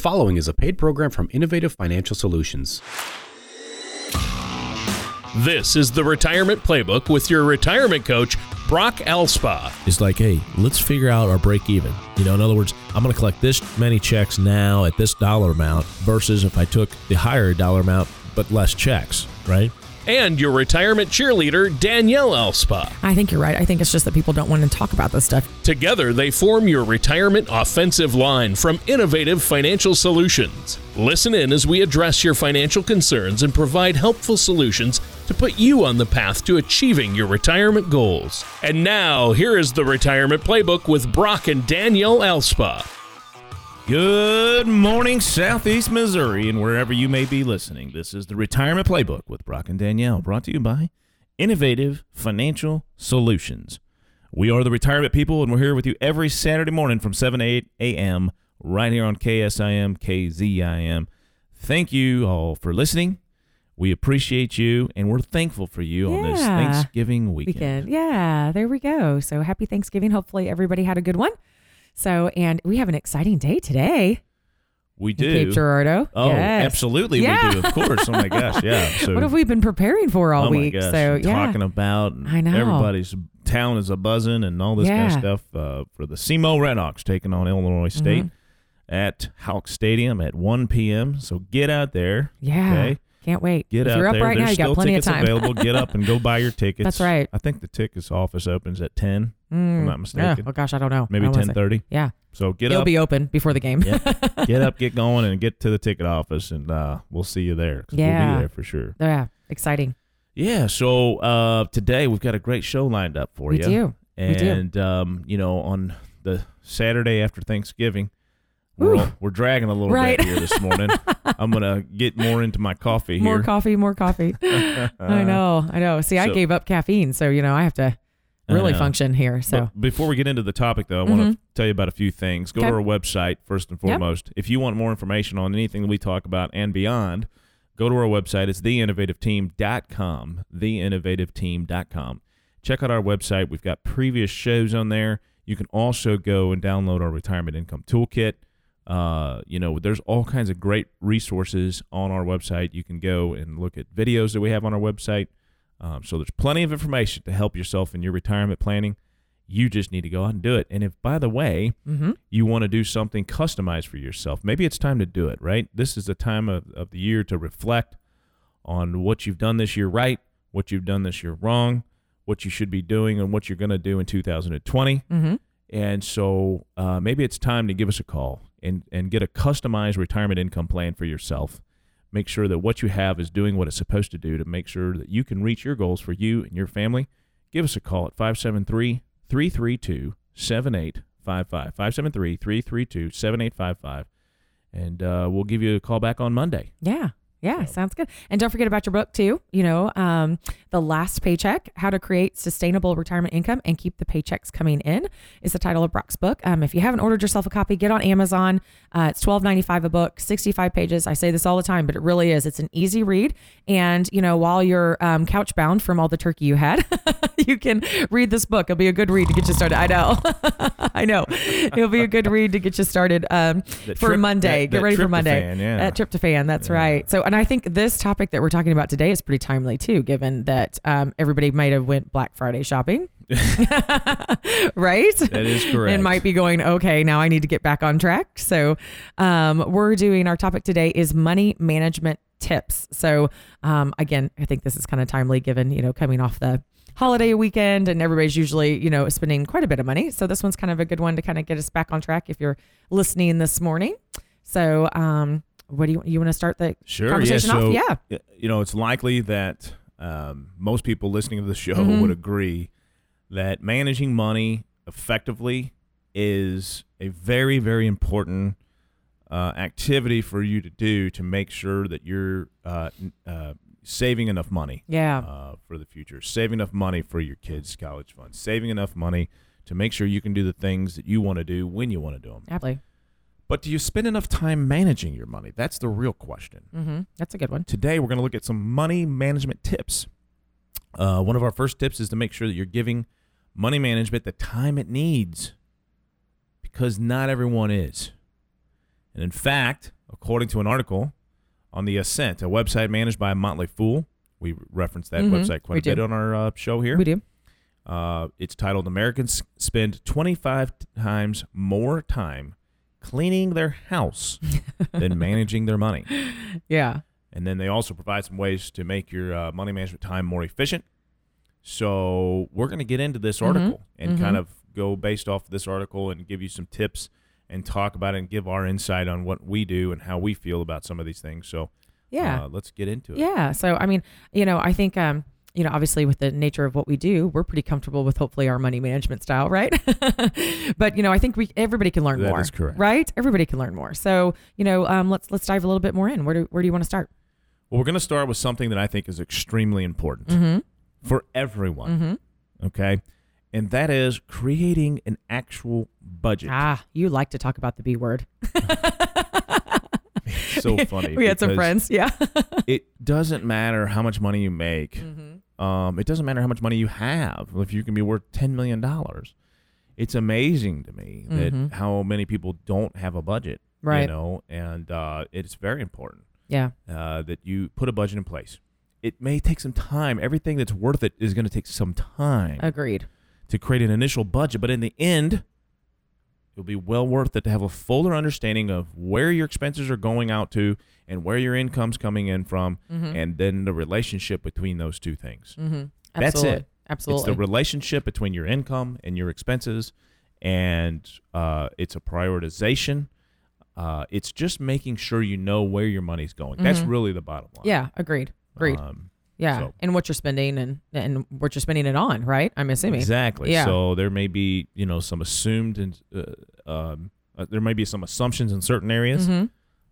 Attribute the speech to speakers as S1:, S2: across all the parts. S1: following is a paid program from Innovative Financial Solutions.
S2: This is the Retirement Playbook with your retirement coach, Brock Elspa.
S3: It's like, hey, let's figure out our break even. You know, in other words, I'm going to collect this many checks now at this dollar amount versus if I took the higher dollar amount but less checks, right?
S2: And your retirement cheerleader, Danielle Elspa.
S4: I think you're right. I think it's just that people don't want to talk about this stuff.
S2: Together, they form your retirement offensive line from Innovative Financial Solutions. Listen in as we address your financial concerns and provide helpful solutions to put you on the path to achieving your retirement goals. And now, here is the Retirement Playbook with Brock and Danielle Elspa.
S5: Good morning, Southeast Missouri, and wherever you may be listening. This is the Retirement Playbook with Brock and Danielle, brought to you by Innovative Financial Solutions. We are the retirement people, and we're here with you every Saturday morning from 7 to 8 a.m. right here on KSIM, KZIM. Thank you all for listening. We appreciate you, and we're thankful for you on this
S4: Yeah.
S5: Thanksgiving weekend.
S4: Weekend. Yeah, there we go. So happy Thanksgiving. Hopefully everybody had a good one. So, and we have an exciting day today
S5: We
S4: in Cape
S5: do.
S4: Girardeau.
S5: Oh,
S4: Yes.
S5: absolutely,
S4: Yeah.
S5: we do. Of course. Oh my gosh, yeah. So
S4: What have we been preparing for all
S5: oh
S4: week?
S5: My gosh,
S4: So,
S5: and
S4: yeah.
S5: talking about and
S4: I know.
S5: everybody's town is a buzzing and all this kind
S4: Yeah. Mm-hmm.
S5: of stuff uh, for the SEMO Red Hawks taking on Illinois State at Hawk Stadium at 1 p.m. So get out there.
S4: yeah.
S5: Okay.
S4: Can't wait.
S5: Get
S4: if
S5: out
S4: you're up
S5: there.
S4: right
S5: There's
S4: now, you
S5: still
S4: got plenty of
S5: tickets
S4: time.
S5: available. Get up and go buy your tickets.
S4: right.
S5: I think the tickets office opens at 10.
S4: Mm.
S5: I'm not
S4: Yeah.
S5: mistaken.
S4: Oh gosh, I don't know.
S5: Maybe
S4: I wanna say-
S5: 10:30.
S4: Yeah.
S5: So get
S4: It'll
S5: up,
S4: be open before the game.
S5: Yeah. get up, get going, and get to the ticket office, and uh, we'll see you there. 'cause we'll
S4: Yeah.
S5: be there for sure.
S4: yeah. Exciting.
S5: Yeah, so uh, today we've got a great show lined up for
S4: We
S5: you.
S4: do. We do.
S5: And, um, you know, on the Saturday after Thanksgiving,
S4: Ooh.
S5: we're, all, we're dragging a little
S4: Right.
S5: bit here this morning. I'm going to get more into my coffee
S4: More
S5: here. Uh-huh.
S4: coffee, more coffee. I know, I know. See, I
S5: So-
S4: gave up caffeine, so you know I have to
S5: I
S4: really
S5: know.
S4: function here. So Mm-hmm.
S5: But before we get into the topic, though, I want to tell you about a few things. Go
S4: Okay.
S5: to our website, first and
S4: Yep.
S5: foremost. If you want more information on anything that we talk about and beyond, go to our website. It's theinnovativeteam.com. Theinnovativeteam.com. Check out our website. We've got previous shows on there. You can also go and download our retirement income toolkit. Uh, you know, there's all kinds of great resources on our website. You can go and look at videos that we have on our website. Um, so there's plenty of information to help yourself in your retirement planning. You just need to go out and do it. And if, by the way, you want to do something customized for yourself, maybe it's time to do it, right? This is the time of, of the year to reflect on what you've done this year right, what you've done this year wrong, what you should be doing, and what you're going to do in 2020.
S4: Mhm.
S5: And so uh, maybe it's time to give us a call and, and get a customized retirement income plan for yourself. Make sure that what you have is doing what it's supposed to do to make sure that you can reach your goals for you and your family. Give us a call at 573 332 7855. 573 332 7855. And uh, we'll give you a call back on Monday.
S4: yeah, yeah, sounds good. And don't forget about your book too. You know, um, the last paycheck: How to Create Sustainable Retirement Income and Keep the Paychecks Coming In is the title of Brock's book. Um, if you haven't ordered yourself a copy, get on Amazon. Uh, it's twelve ninety five a book, sixty five pages. I say this all the time, but it really is. It's an easy read, and you know, while you're um, couch bound from all the turkey you had, you can read this book. It'll be a good read to get you started. I know, I know. It'll be a good read to get you started um,
S5: That
S4: for
S5: trip-
S4: Monday.
S5: that-
S4: get
S5: that
S4: ready for Monday.
S5: tryptophan, yeah.
S4: That tryptophan. That's right. So, and I think this topic that we're talking about today is pretty timely too, given that um, everybody might have went Black Friday shopping, right?
S5: That is correct.
S4: And might be going, okay, now I need to get back on track. So, um, we're doing our topic today is money management tips. So, um, again, I think this is kind of timely given, you know, coming off the holiday weekend and everybody's usually, you know, spending quite a bit of money. So, this one's kind of a good one to kind of get us back on track if you're listening this morning. So, um, what do you you want to start the
S5: Sure. Yeah.
S4: conversation
S5: So, uh,
S4: off? Yeah.
S5: y- You know, it's likely that um, most people listening to the show would agree that managing money effectively is a very, very important uh, activity for you to do to make sure that you're uh, n- uh, saving enough money
S4: Yeah.
S5: uh, for the future, saving enough money for your kids' college fund, saving enough money to make sure you can do the things that you want to do when you want to do them.
S4: Absolutely.
S5: But do you spend enough time managing your money? That's the real question.
S4: Mm-hmm. That's a good one.
S5: Today, we're going to look at some money management tips. Uh, one of our first tips is to make sure that you're giving money management the time it needs because not everyone is. And in fact, according to an article on the Ascent, a website managed by Motley Fool. We reference that
S4: Mhm,
S5: website quite
S4: we
S5: a bit
S4: do.
S5: on our uh, show here.
S4: We do.
S5: Uh, it's titled Americans Spend 25 Times More Time Cleaning Their House Than Managing Their Money.
S4: Yeah.
S5: And then they also provide some ways to make your uh, money management time more efficient. So we're going to get into this
S4: Mm-hmm.
S5: article and kind of go based off this article and give you some tips and talk about it and give our insight on what we do and how we feel about some of these things. So
S4: Yeah.
S5: uh, let's get into it.
S4: Yeah. So I mean, you know, I think um, you know, obviously with the nature of what we do, we're pretty comfortable with hopefully our money management style, right? but you know, I think we everybody can learn
S5: That
S4: more.
S5: is correct.
S4: Right? Everybody can learn more. So, you know, um let's let's dive a little bit more in. Where do where do you want to start?
S5: Well, we're going to start with something that I think is extremely important
S4: Mm-hmm.
S5: for everyone. Okay. And that is creating an actual budget.
S4: Ah, you like to talk about the B word.
S5: so funny.
S4: we had some
S5: because
S4: friends. Yeah.
S5: It doesn't matter how much money you make. Um, it doesn't matter how much money you have. If you can be worth $10 million, it's amazing to me that how many people don't have a budget. You
S4: Right.
S5: know, and uh, it's very important.
S4: yeah.
S5: uh, that you put a budget in place. It may take some time. Everything that's worth it is going to take some time
S4: Agreed.
S5: to create an initial budget, but in the end, it'll be well worth it to have a fuller understanding of where your expenses are going out to and where your income's coming in from,
S4: Mm-hmm.
S5: and then the relationship between those two things.
S4: Mhm.
S5: That's
S4: Absolutely.
S5: it. It's
S4: Absolutely.
S5: the relationship between your income and your expenses, and uh, it's a prioritization. Uh, it's just making sure you know where your money's going. That's really the bottom line.
S4: Mm-hmm. yeah, agreed. Agreed.
S5: Um,
S4: yeah.
S5: so-
S4: And what you're spending and and what you're spending it on, right? I'm assuming.
S5: Exactly.
S4: Yeah.
S5: So there may be you know some assumed and uh, um, uh, there may be some assumptions in certain areas
S4: Mhm.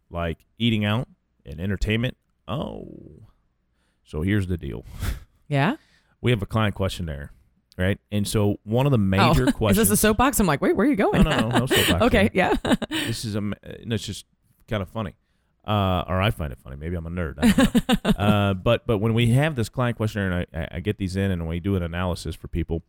S5: like eating out and entertainment. Oh, so here's the deal.
S4: Yeah.
S5: We have a client questionnaire, right? And so one of the
S4: Oh,
S5: major questions.
S4: Is this a soapbox? I'm like, wait, where are you
S5: No,
S4: going?
S5: no, no, no soapbox
S4: okay,
S5: here.
S4: yeah.
S5: This is a. ma- uh, No, it's just kind of funny. Uh, or I find it funny. Maybe I'm a nerd. I don't know. uh, but but when we have this client questionnaire and I- I, I get these in and we do an analysis for people,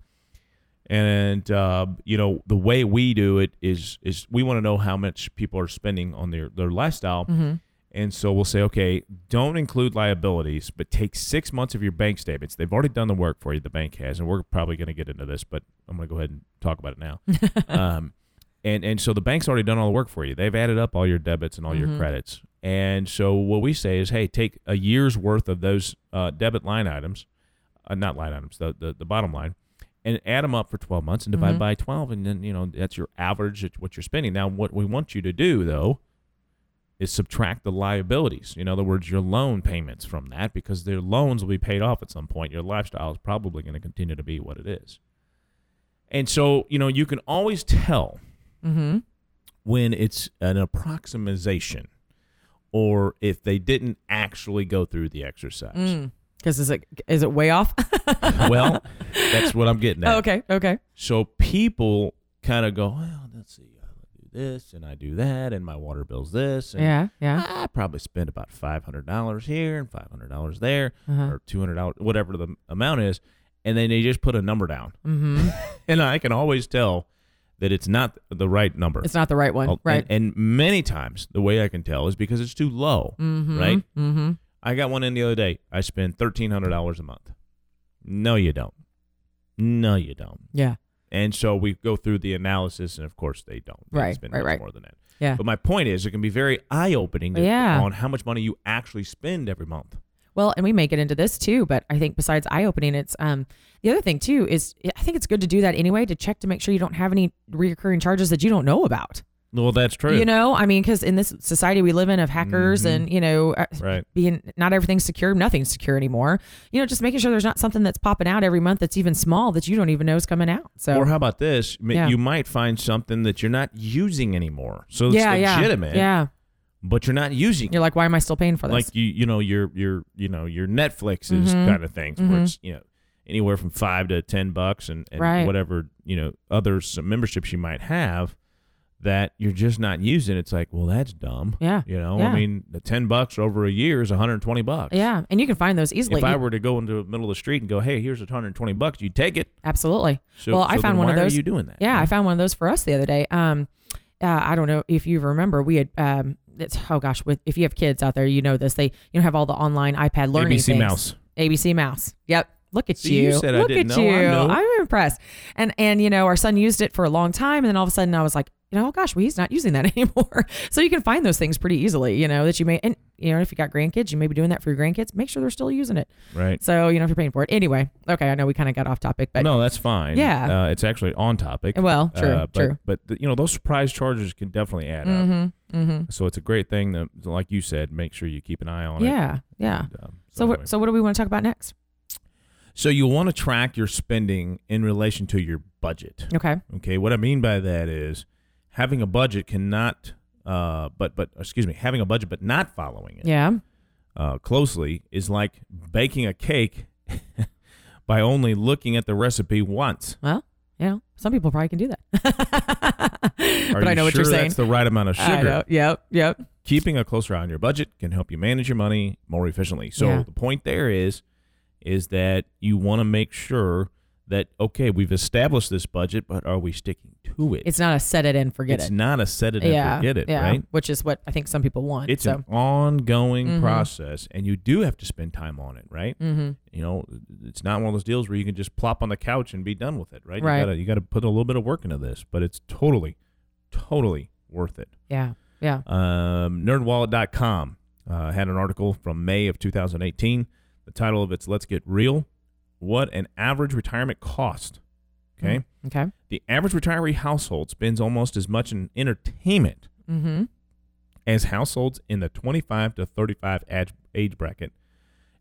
S5: and uh, you know the way we do it is is we want to know how much people are spending on their their lifestyle,
S4: Mm-hmm.
S5: and so we'll say okay, don't include liabilities, but take six months of your bank statements. They've already done the work for you. The bank has, and we're probably going to get into this, but I'm going to go ahead and talk about it now. um, and and so the bank's already done all the work for you. They've added up all your debits and all your credits. And so what we say is, hey, take a year's worth of those uh, debit line items, uh, not line items, the, the the bottom line, and add them up for 12 months and divide by 12, and then you know that's your average at what you're spending. Now, what we want you to do though is subtract the liabilities. In other words, your loan payments from that because their loans will be paid off at some point. Your lifestyle is probably going to continue to be what it is. And so, you know, you can always tell
S4: Mm-hmm.
S5: when it's an approximation or if they didn't actually go through the exercise.
S4: Because Mm. is it is it way off?
S5: well, that's what I'm getting at.
S4: okay, okay.
S5: So people kind of go, well, let's see, I do this and I do that, and my water bill's this, and
S4: Yeah, yeah.
S5: I probably spend about five hundred dollars here and five hundred dollars there,
S4: Uh-huh.
S5: or two hundred dollars, whatever the amount is, and then they just put a number down,
S4: Mm-hmm.
S5: and I can always tell that it's not the right number.
S4: It's not the right one,
S5: Well,
S4: right?
S5: And, and many times the way I can tell is because it's too low, right?
S4: mm-hmm.
S5: I got one in the other day. I spend thirteen hundred dollars a month. No, you don't. No, you don't.
S4: Yeah,
S5: And so we go through the analysis, and of course they don't. They
S4: Right,
S5: spend
S4: right,
S5: much
S4: right.
S5: More than that.
S4: yeah.
S5: But my point is, it can be very eye opening
S4: Yeah.
S5: on how much money you actually spend every month.
S4: Well, and we may get into this too, but I think besides eye opening, it's um the other thing too is I think it's good to do that anyway to check to make sure you don't have any reoccurring charges that you don't know about.
S5: Well, that's true. Mm-hmm.
S4: You know, I mean, because in this society we live in of hackers and you know, uh,
S5: Right.
S4: being not everything's secure, nothing's secure anymore. You know, just making sure there's not something that's popping out every month that's even small that you don't even know is coming out. So
S5: Or how about this? M-
S4: Yeah.
S5: You might find something that you're not using anymore, so it's
S4: yeah, yeah,
S5: legitimate,
S4: yeah.
S5: but you're not using. it.
S4: You're like, why am I still paying for this?
S5: like you you know your your you know your Netflix is
S4: Mm-hmm.
S5: kind of things where it's you know anywhere from five to ten bucks and, and
S4: Right.
S5: whatever you know other some memberships you might have that you're just not using. It's like well that's dumb.
S4: Yeah.
S5: you know I
S4: Uh, Yeah.
S5: mean the ten bucks over a year is 120 bucks.
S4: yeah, and you can find those easily.
S5: If I were to go into the middle of the street and go, "Hey, here's 120 bucks," you'd take it.
S4: Absolutely.
S5: So,
S4: well,
S5: so
S4: I found
S5: then
S4: one of
S5: why
S4: those.
S5: Are you doing that?
S4: Yeah, I found one of those for us the other day. Um, uh, I don't know if you remember, we had um, it's oh gosh, with if you have kids out there, you know this. They you know have all the online iPad learning.
S5: ABC
S4: things.
S5: Mouse.
S4: ABC Mouse. Yep. Look at
S5: See, you said I
S4: Look
S5: didn't
S4: at
S5: know.
S4: you.
S5: I know.
S4: I'm impressed. And and you know, our son used it for a long time, and then all of a sudden, I was like, you know, oh gosh, well, he's not using that anymore. so you can find those things pretty easily. You know that you may, and you know, if you got grandkids, you may be doing that for your grandkids. Make sure they're still using it.
S5: Right.
S4: So you know, if you're paying for it anyway. Okay, I know we kind of got off topic, but
S5: no, that's fine.
S4: Yeah.
S5: Uh, it's actually on topic.
S4: well, true,
S5: Uh, but, uh,
S4: true.
S5: But th- you know, those surprise charges can definitely add up.
S4: Mm-hmm. Mm-hmm.
S5: So it's a great thing that, like you said, make sure you keep an eye on it.
S4: Yeah. Yeah.
S5: And, um,
S4: So
S5: anyway.
S4: what? So what do we want to talk about next?
S5: so you want to track your spending in relation to your budget.
S4: Okay.
S5: Okay, what I mean by that is having a budget cannot, uh, but but excuse me, having a budget but not following it
S4: Yeah.
S5: uh, closely is like baking a cake by only looking at the recipe once.
S4: Well, you know, some people probably can do that.
S5: Are
S4: but I
S5: you
S4: know what
S5: sure
S4: you're saying.
S5: That's the right amount of
S4: I know.
S5: sugar.
S4: Yep. Yep.
S5: Keeping a closer eye on your budget can help you manage your money more efficiently. So
S4: Yeah.
S5: the point there is, is that you want to make sure that okay, we've established this budget, but are we sticking to it?
S4: It's not a set it and forget
S5: It's
S4: it.
S5: not a set it and
S4: yeah.
S5: forget it,
S4: yeah.
S5: right?
S4: Which is what I think some people want.
S5: It's
S4: so.
S5: an ongoing
S4: Mhm.
S5: process, and you do have to spend time on it, right?
S4: hmm
S5: You know, it's not one of those deals where you can just plop on the couch and be done with it, right?
S4: Right.
S5: You gotta, you gotta put a little bit of work into this, but it's totally, totally worth it.
S4: Yeah. Yeah.
S5: Um, NerdWallet.com uh, had an article from May of 2018. The title of it's "Let's Get Real: What an Average Retirement Cost." Okay,
S4: Mm-hmm. Okay.
S5: the average retiree household spends almost as much in entertainment
S4: Mm-hmm.
S5: as households in the 25 to 35 age, age bracket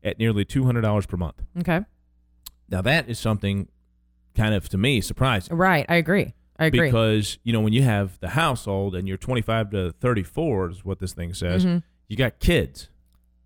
S5: at nearly $200 per month.
S4: Okay.
S5: Now, that is something kind of to me surprising
S4: Right. I agree. I agree.
S5: because, you know, when you have the household and you're 25 to 34 is what this thing says,
S4: Mhm.
S5: you got kids.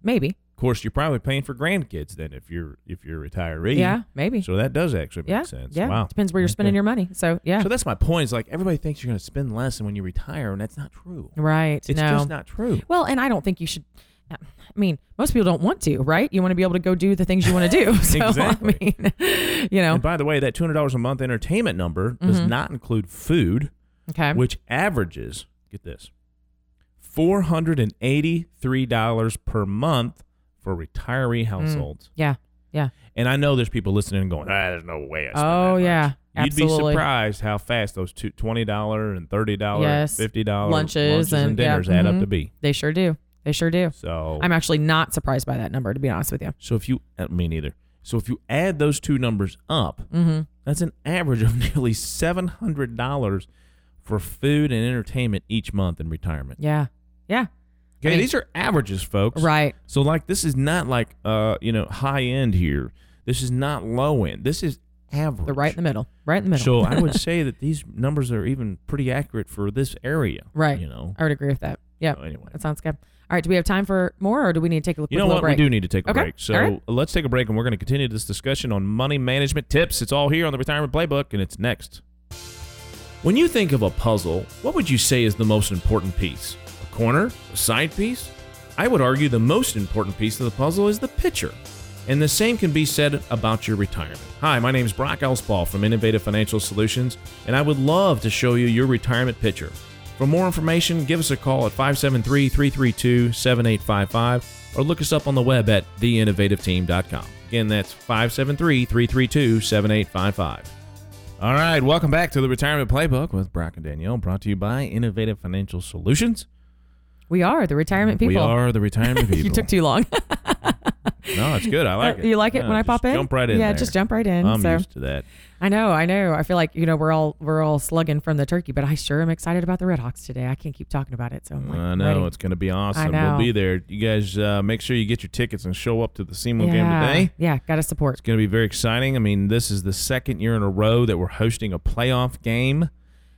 S4: Maybe.
S5: Of course, you're probably paying for grandkids then if you're if you're a retiree.
S4: Yeah. Maybe.
S5: So that does actually make
S4: yeah.
S5: sense.
S4: Yeah.
S5: Wow.
S4: Depends where you're spending
S5: Okay.
S4: your money. So yeah.
S5: So that's my point. Is like everybody thinks you're going to spend less, and when you retire, and that's not true.
S4: right.
S5: It's
S4: no.
S5: just not true.
S4: Well, and I don't think you should. I mean, most people don't want to, right? You want to be able to go do the things you want to do. So
S5: Exactly.
S4: I mean, you know.
S5: And by the way, that two hundred dollars a month entertainment number does
S4: Mhm.
S5: not include food,
S4: Okay.
S5: which averages get this four hundred and eighty three dollars per month for
S4: Mm.
S5: retiree households.
S4: Yeah. Yeah.
S5: And I know there's people listening and going, ah, "There's no way." I spend
S4: Oh
S5: that much."
S4: yeah.
S5: You'd
S4: Absolutely.
S5: be surprised how fast those two twenty dollar and thirty dollar,
S4: Yes.
S5: fifty dollar
S4: Lunches
S5: and,
S4: and- yeah,
S5: dinners add up
S4: mhm.
S5: to be.
S4: They sure do. They sure do.
S5: So
S4: I'm actually not surprised by that number, to be honest with you.
S5: so if you uh, me neither. So if you add those two numbers up,
S4: Mm-hmm.
S5: That's an average of nearly seven hundred dollars for food and entertainment each month in retirement.
S4: Yeah. Yeah.
S5: Okay,
S4: I mean-
S5: these are averages, folks.
S4: Right.
S5: So like this is not like uh you know high end here. This is not low end. This is average.
S4: They're right in the middle. Right in the middle.
S5: So I would say that these numbers are even pretty accurate for this area.
S4: Right.
S5: You know.
S4: I would agree with that. Yeah.
S5: So anyway.
S4: That sounds good. All right. Do we have time for more, or do we need to take a quick
S5: You know what?
S4: little break?
S5: We do need to take a
S4: Okay.
S5: break. So
S4: All right.
S5: let's take a break and we're going to continue this discussion on money management tips. It's all here on the Retirement Playbook and it's next. When you think of a puzzle, what would you say is the most important piece? A corner? A side piece? I would argue the most important piece of the puzzle is the picture. And the same can be said about your retirement. Hi, my name is Brock Elspaugh from Innovative Financial Solutions, and I would love to show you your retirement picture. For more information, give us a call at 573 332 7855 or look us up on the web at theinnovativeteam.com. Again, that's 573 332 7855. All right, welcome back to the Retirement Playbook with Brock and Danielle, brought to you by Innovative Financial Solutions.
S4: We are the retirement people.
S5: We are the retirement people.
S4: you took too long.
S5: no, it's good. I like it.
S4: Oh, you like it
S5: Yeah,
S4: when I
S5: just
S4: pop in?
S5: Jump right in.
S4: Yeah,
S5: there.
S4: just jump right in.
S5: I'm
S4: so
S5: used to that.
S4: I know, I know. I feel like you know we're all we're all slugging from the turkey, but I sure am excited about the Red Hawks today. I can't keep talking about it, so I'm like,
S5: I know
S4: ready.
S5: it's going to be awesome.
S4: know.
S5: We'll be there. You guys, uh, make sure you get your tickets and show up to the Seymour
S4: yeah,
S5: game today.
S4: yeah, got to support.
S5: It's going to be very exciting. I mean, this is the second year in a row that we're hosting a playoff game.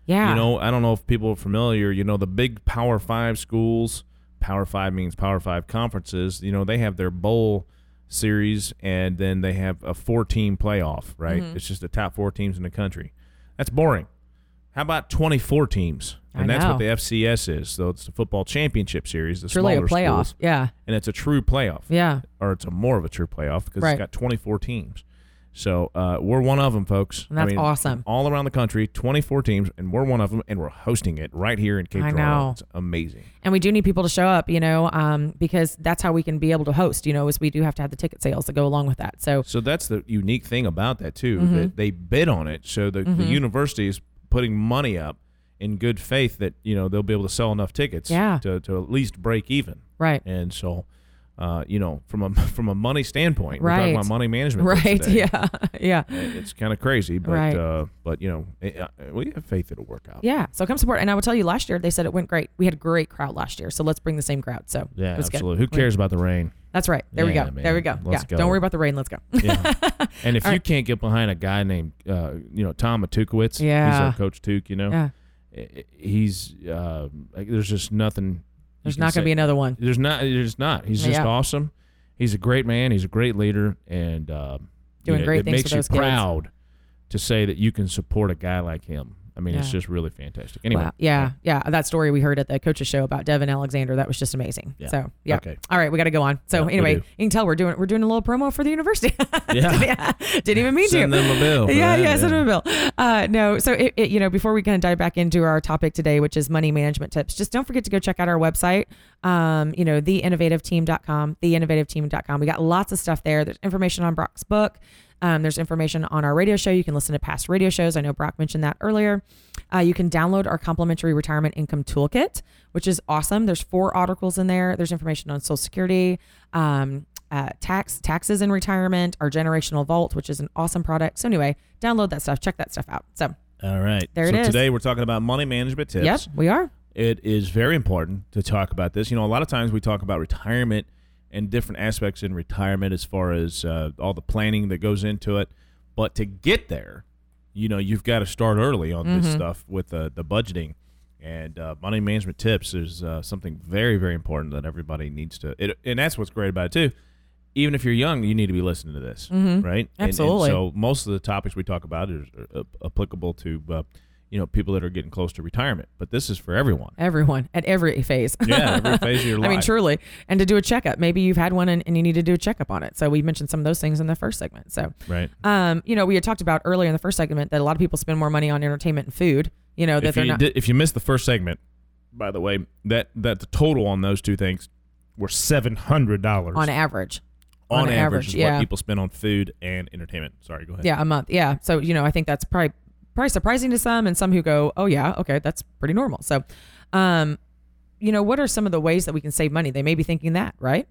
S4: Yeah,
S5: You know, I don't know if people are familiar. You know, the big Power Five schools. Power Five means Power Five conferences. You know, they have their bowl series, and then they have a four-team playoff. Right?
S4: Mm-hmm.
S5: It's just the top four teams in the country. That's boring. How about twenty-four teams?
S4: I
S5: And that's what the
S4: know.
S5: FCS is. So it's the football championship series. The
S4: it's really a
S5: smaller
S4: playoff.
S5: schools,
S4: Yeah,
S5: and it's a true playoff
S4: yeah,
S5: or it's a more of a true playoff because
S4: Right.
S5: it's got 24 teams. So uh, we're one of them, folks.
S4: And that's awesome.
S5: All around the country, 24 teams, and we're one of them, and we're hosting it right here in Cape
S4: I
S5: Girardeau.
S4: know.
S5: It's amazing.
S4: and we do need people to show up, you know, um, because that's how we can be able to host, you know, is we do have to have the ticket sales that go along with that. So
S5: So that's the unique thing about that too.
S4: Mm-hmm.
S5: That they bid on it, so the, the university is putting money up in good faith that you know they'll be able to sell enough tickets
S4: Yeah.
S5: to, to at least break even.
S4: right,
S5: And so, uh, you know, from a from a money standpoint, we're
S4: Right.
S5: talking about money management, here
S4: right,
S5: today.
S4: yeah, yeah.
S5: It's kind of crazy, but
S4: Right.
S5: uh, but you know, it, uh, we have faith it'll work out.
S4: Yeah, so come support. And I will tell you, last year they said it went great. We had a great crowd last year, so let's bring the same crowd. So
S5: Yeah,
S4: it was good.
S5: absolutely. Who cares about the rain?
S4: That's right. There
S5: Yeah,
S4: we go.
S5: man.
S4: There we go.
S5: Let's
S4: yeah,
S5: go.
S4: don't worry about the rain. Let's go.
S5: Yeah. and if
S4: All
S5: you
S4: right.
S5: can't get behind a guy named, uh, you know, Tom Matukowitz, he's
S4: Yeah.
S5: our coach Tuke, you know,
S4: yeah,
S5: I- I- he's, uh, like, there's just nothing.
S4: there's not going to be another one.
S5: There's not, there's not. He's just
S4: Yeah.
S5: awesome. He's a great man. He's a great leader. And, uh, you
S4: Doing
S5: know,
S4: great
S5: it
S4: things
S5: makes
S4: for those
S5: you
S4: kids.
S5: proud to say that you can support a guy like him. I mean, it's
S4: Yeah.
S5: just really fantastic. Anyway.
S4: Wow. Yeah, yeah. That story we heard at the coaches show about Devin Alexander that was just amazing.
S5: Yeah.
S4: So yeah.
S5: Okay.
S4: All right, we got to go on. So
S5: Yeah, we
S4: anyway,
S5: do.
S4: you can tell we're doing we're doing a little promo for the university.
S5: Yeah.
S4: Didn't even mean
S5: Send
S4: to.
S5: them a bill. for
S4: Yeah,
S5: that,
S4: yeah, send them a bill. Uh, no, so it, it, you know, before we kind of dive back into our topic today, which is money management tips, just don't forget to go check out our website. Um, you know, theinnovativeteam.com, theinnovativeteam.com. We got lots of stuff there. There's information on Brock's book. Um, there's information on our radio show. You can listen to past radio shows. I know Brock mentioned that earlier. Uh, you can download our complimentary retirement income toolkit, which is awesome. There's four articles in there. There's information on Social Security, um, uh, tax taxes in retirement, our generational vault, which is an awesome product. So anyway, download that stuff, check that stuff out. So
S3: All right.
S4: there
S5: so
S4: it is.
S5: today we're talking about money management tips.
S4: yep, we are.
S5: it is very important to talk about this. You know, a lot of times we talk about retirement and different aspects in retirement as far as uh, all the planning that goes into it. But to get there, you know, you've got to start early on
S4: Mm-hmm.
S5: this stuff with uh, the budgeting and uh, money management tips is uh, something very, very important that everybody needs to. It, and that's what's great about it, too. Even if you're young, you need to be listening to this, right? And-
S4: Mm-hmm. Absolutely.
S5: And, so most of the topics we talk about is uh, applicable to, uh, you know, people that are getting close to retirement. But this is for everyone.
S4: Everyone at every phase.
S5: Yeah, every phase of your
S4: I
S5: life.
S4: mean, truly. And to do a checkup. Maybe you've had one and, and you need to do a checkup on it. So we mentioned some of those things in the first segment. So
S5: Right.
S4: um, you know, we had talked about earlier in the first segment that a lot of people spend more money on entertainment and food, you know, that
S5: If
S4: they're
S5: you,
S4: not
S5: did, if you missed the first segment, by the way, that that the total on those two things were seven hundred dollars
S4: on average. on
S5: average,
S4: average,
S5: is
S4: yeah.
S5: what people spend on food and entertainment. Sorry, go ahead.
S4: Yeah, a month. Yeah. So, you know, I think that's probably probably surprising to some and some who go, "Oh yeah, okay, that's pretty normal." So, um you know, what are some of the ways that we can save money? They may be thinking that, right?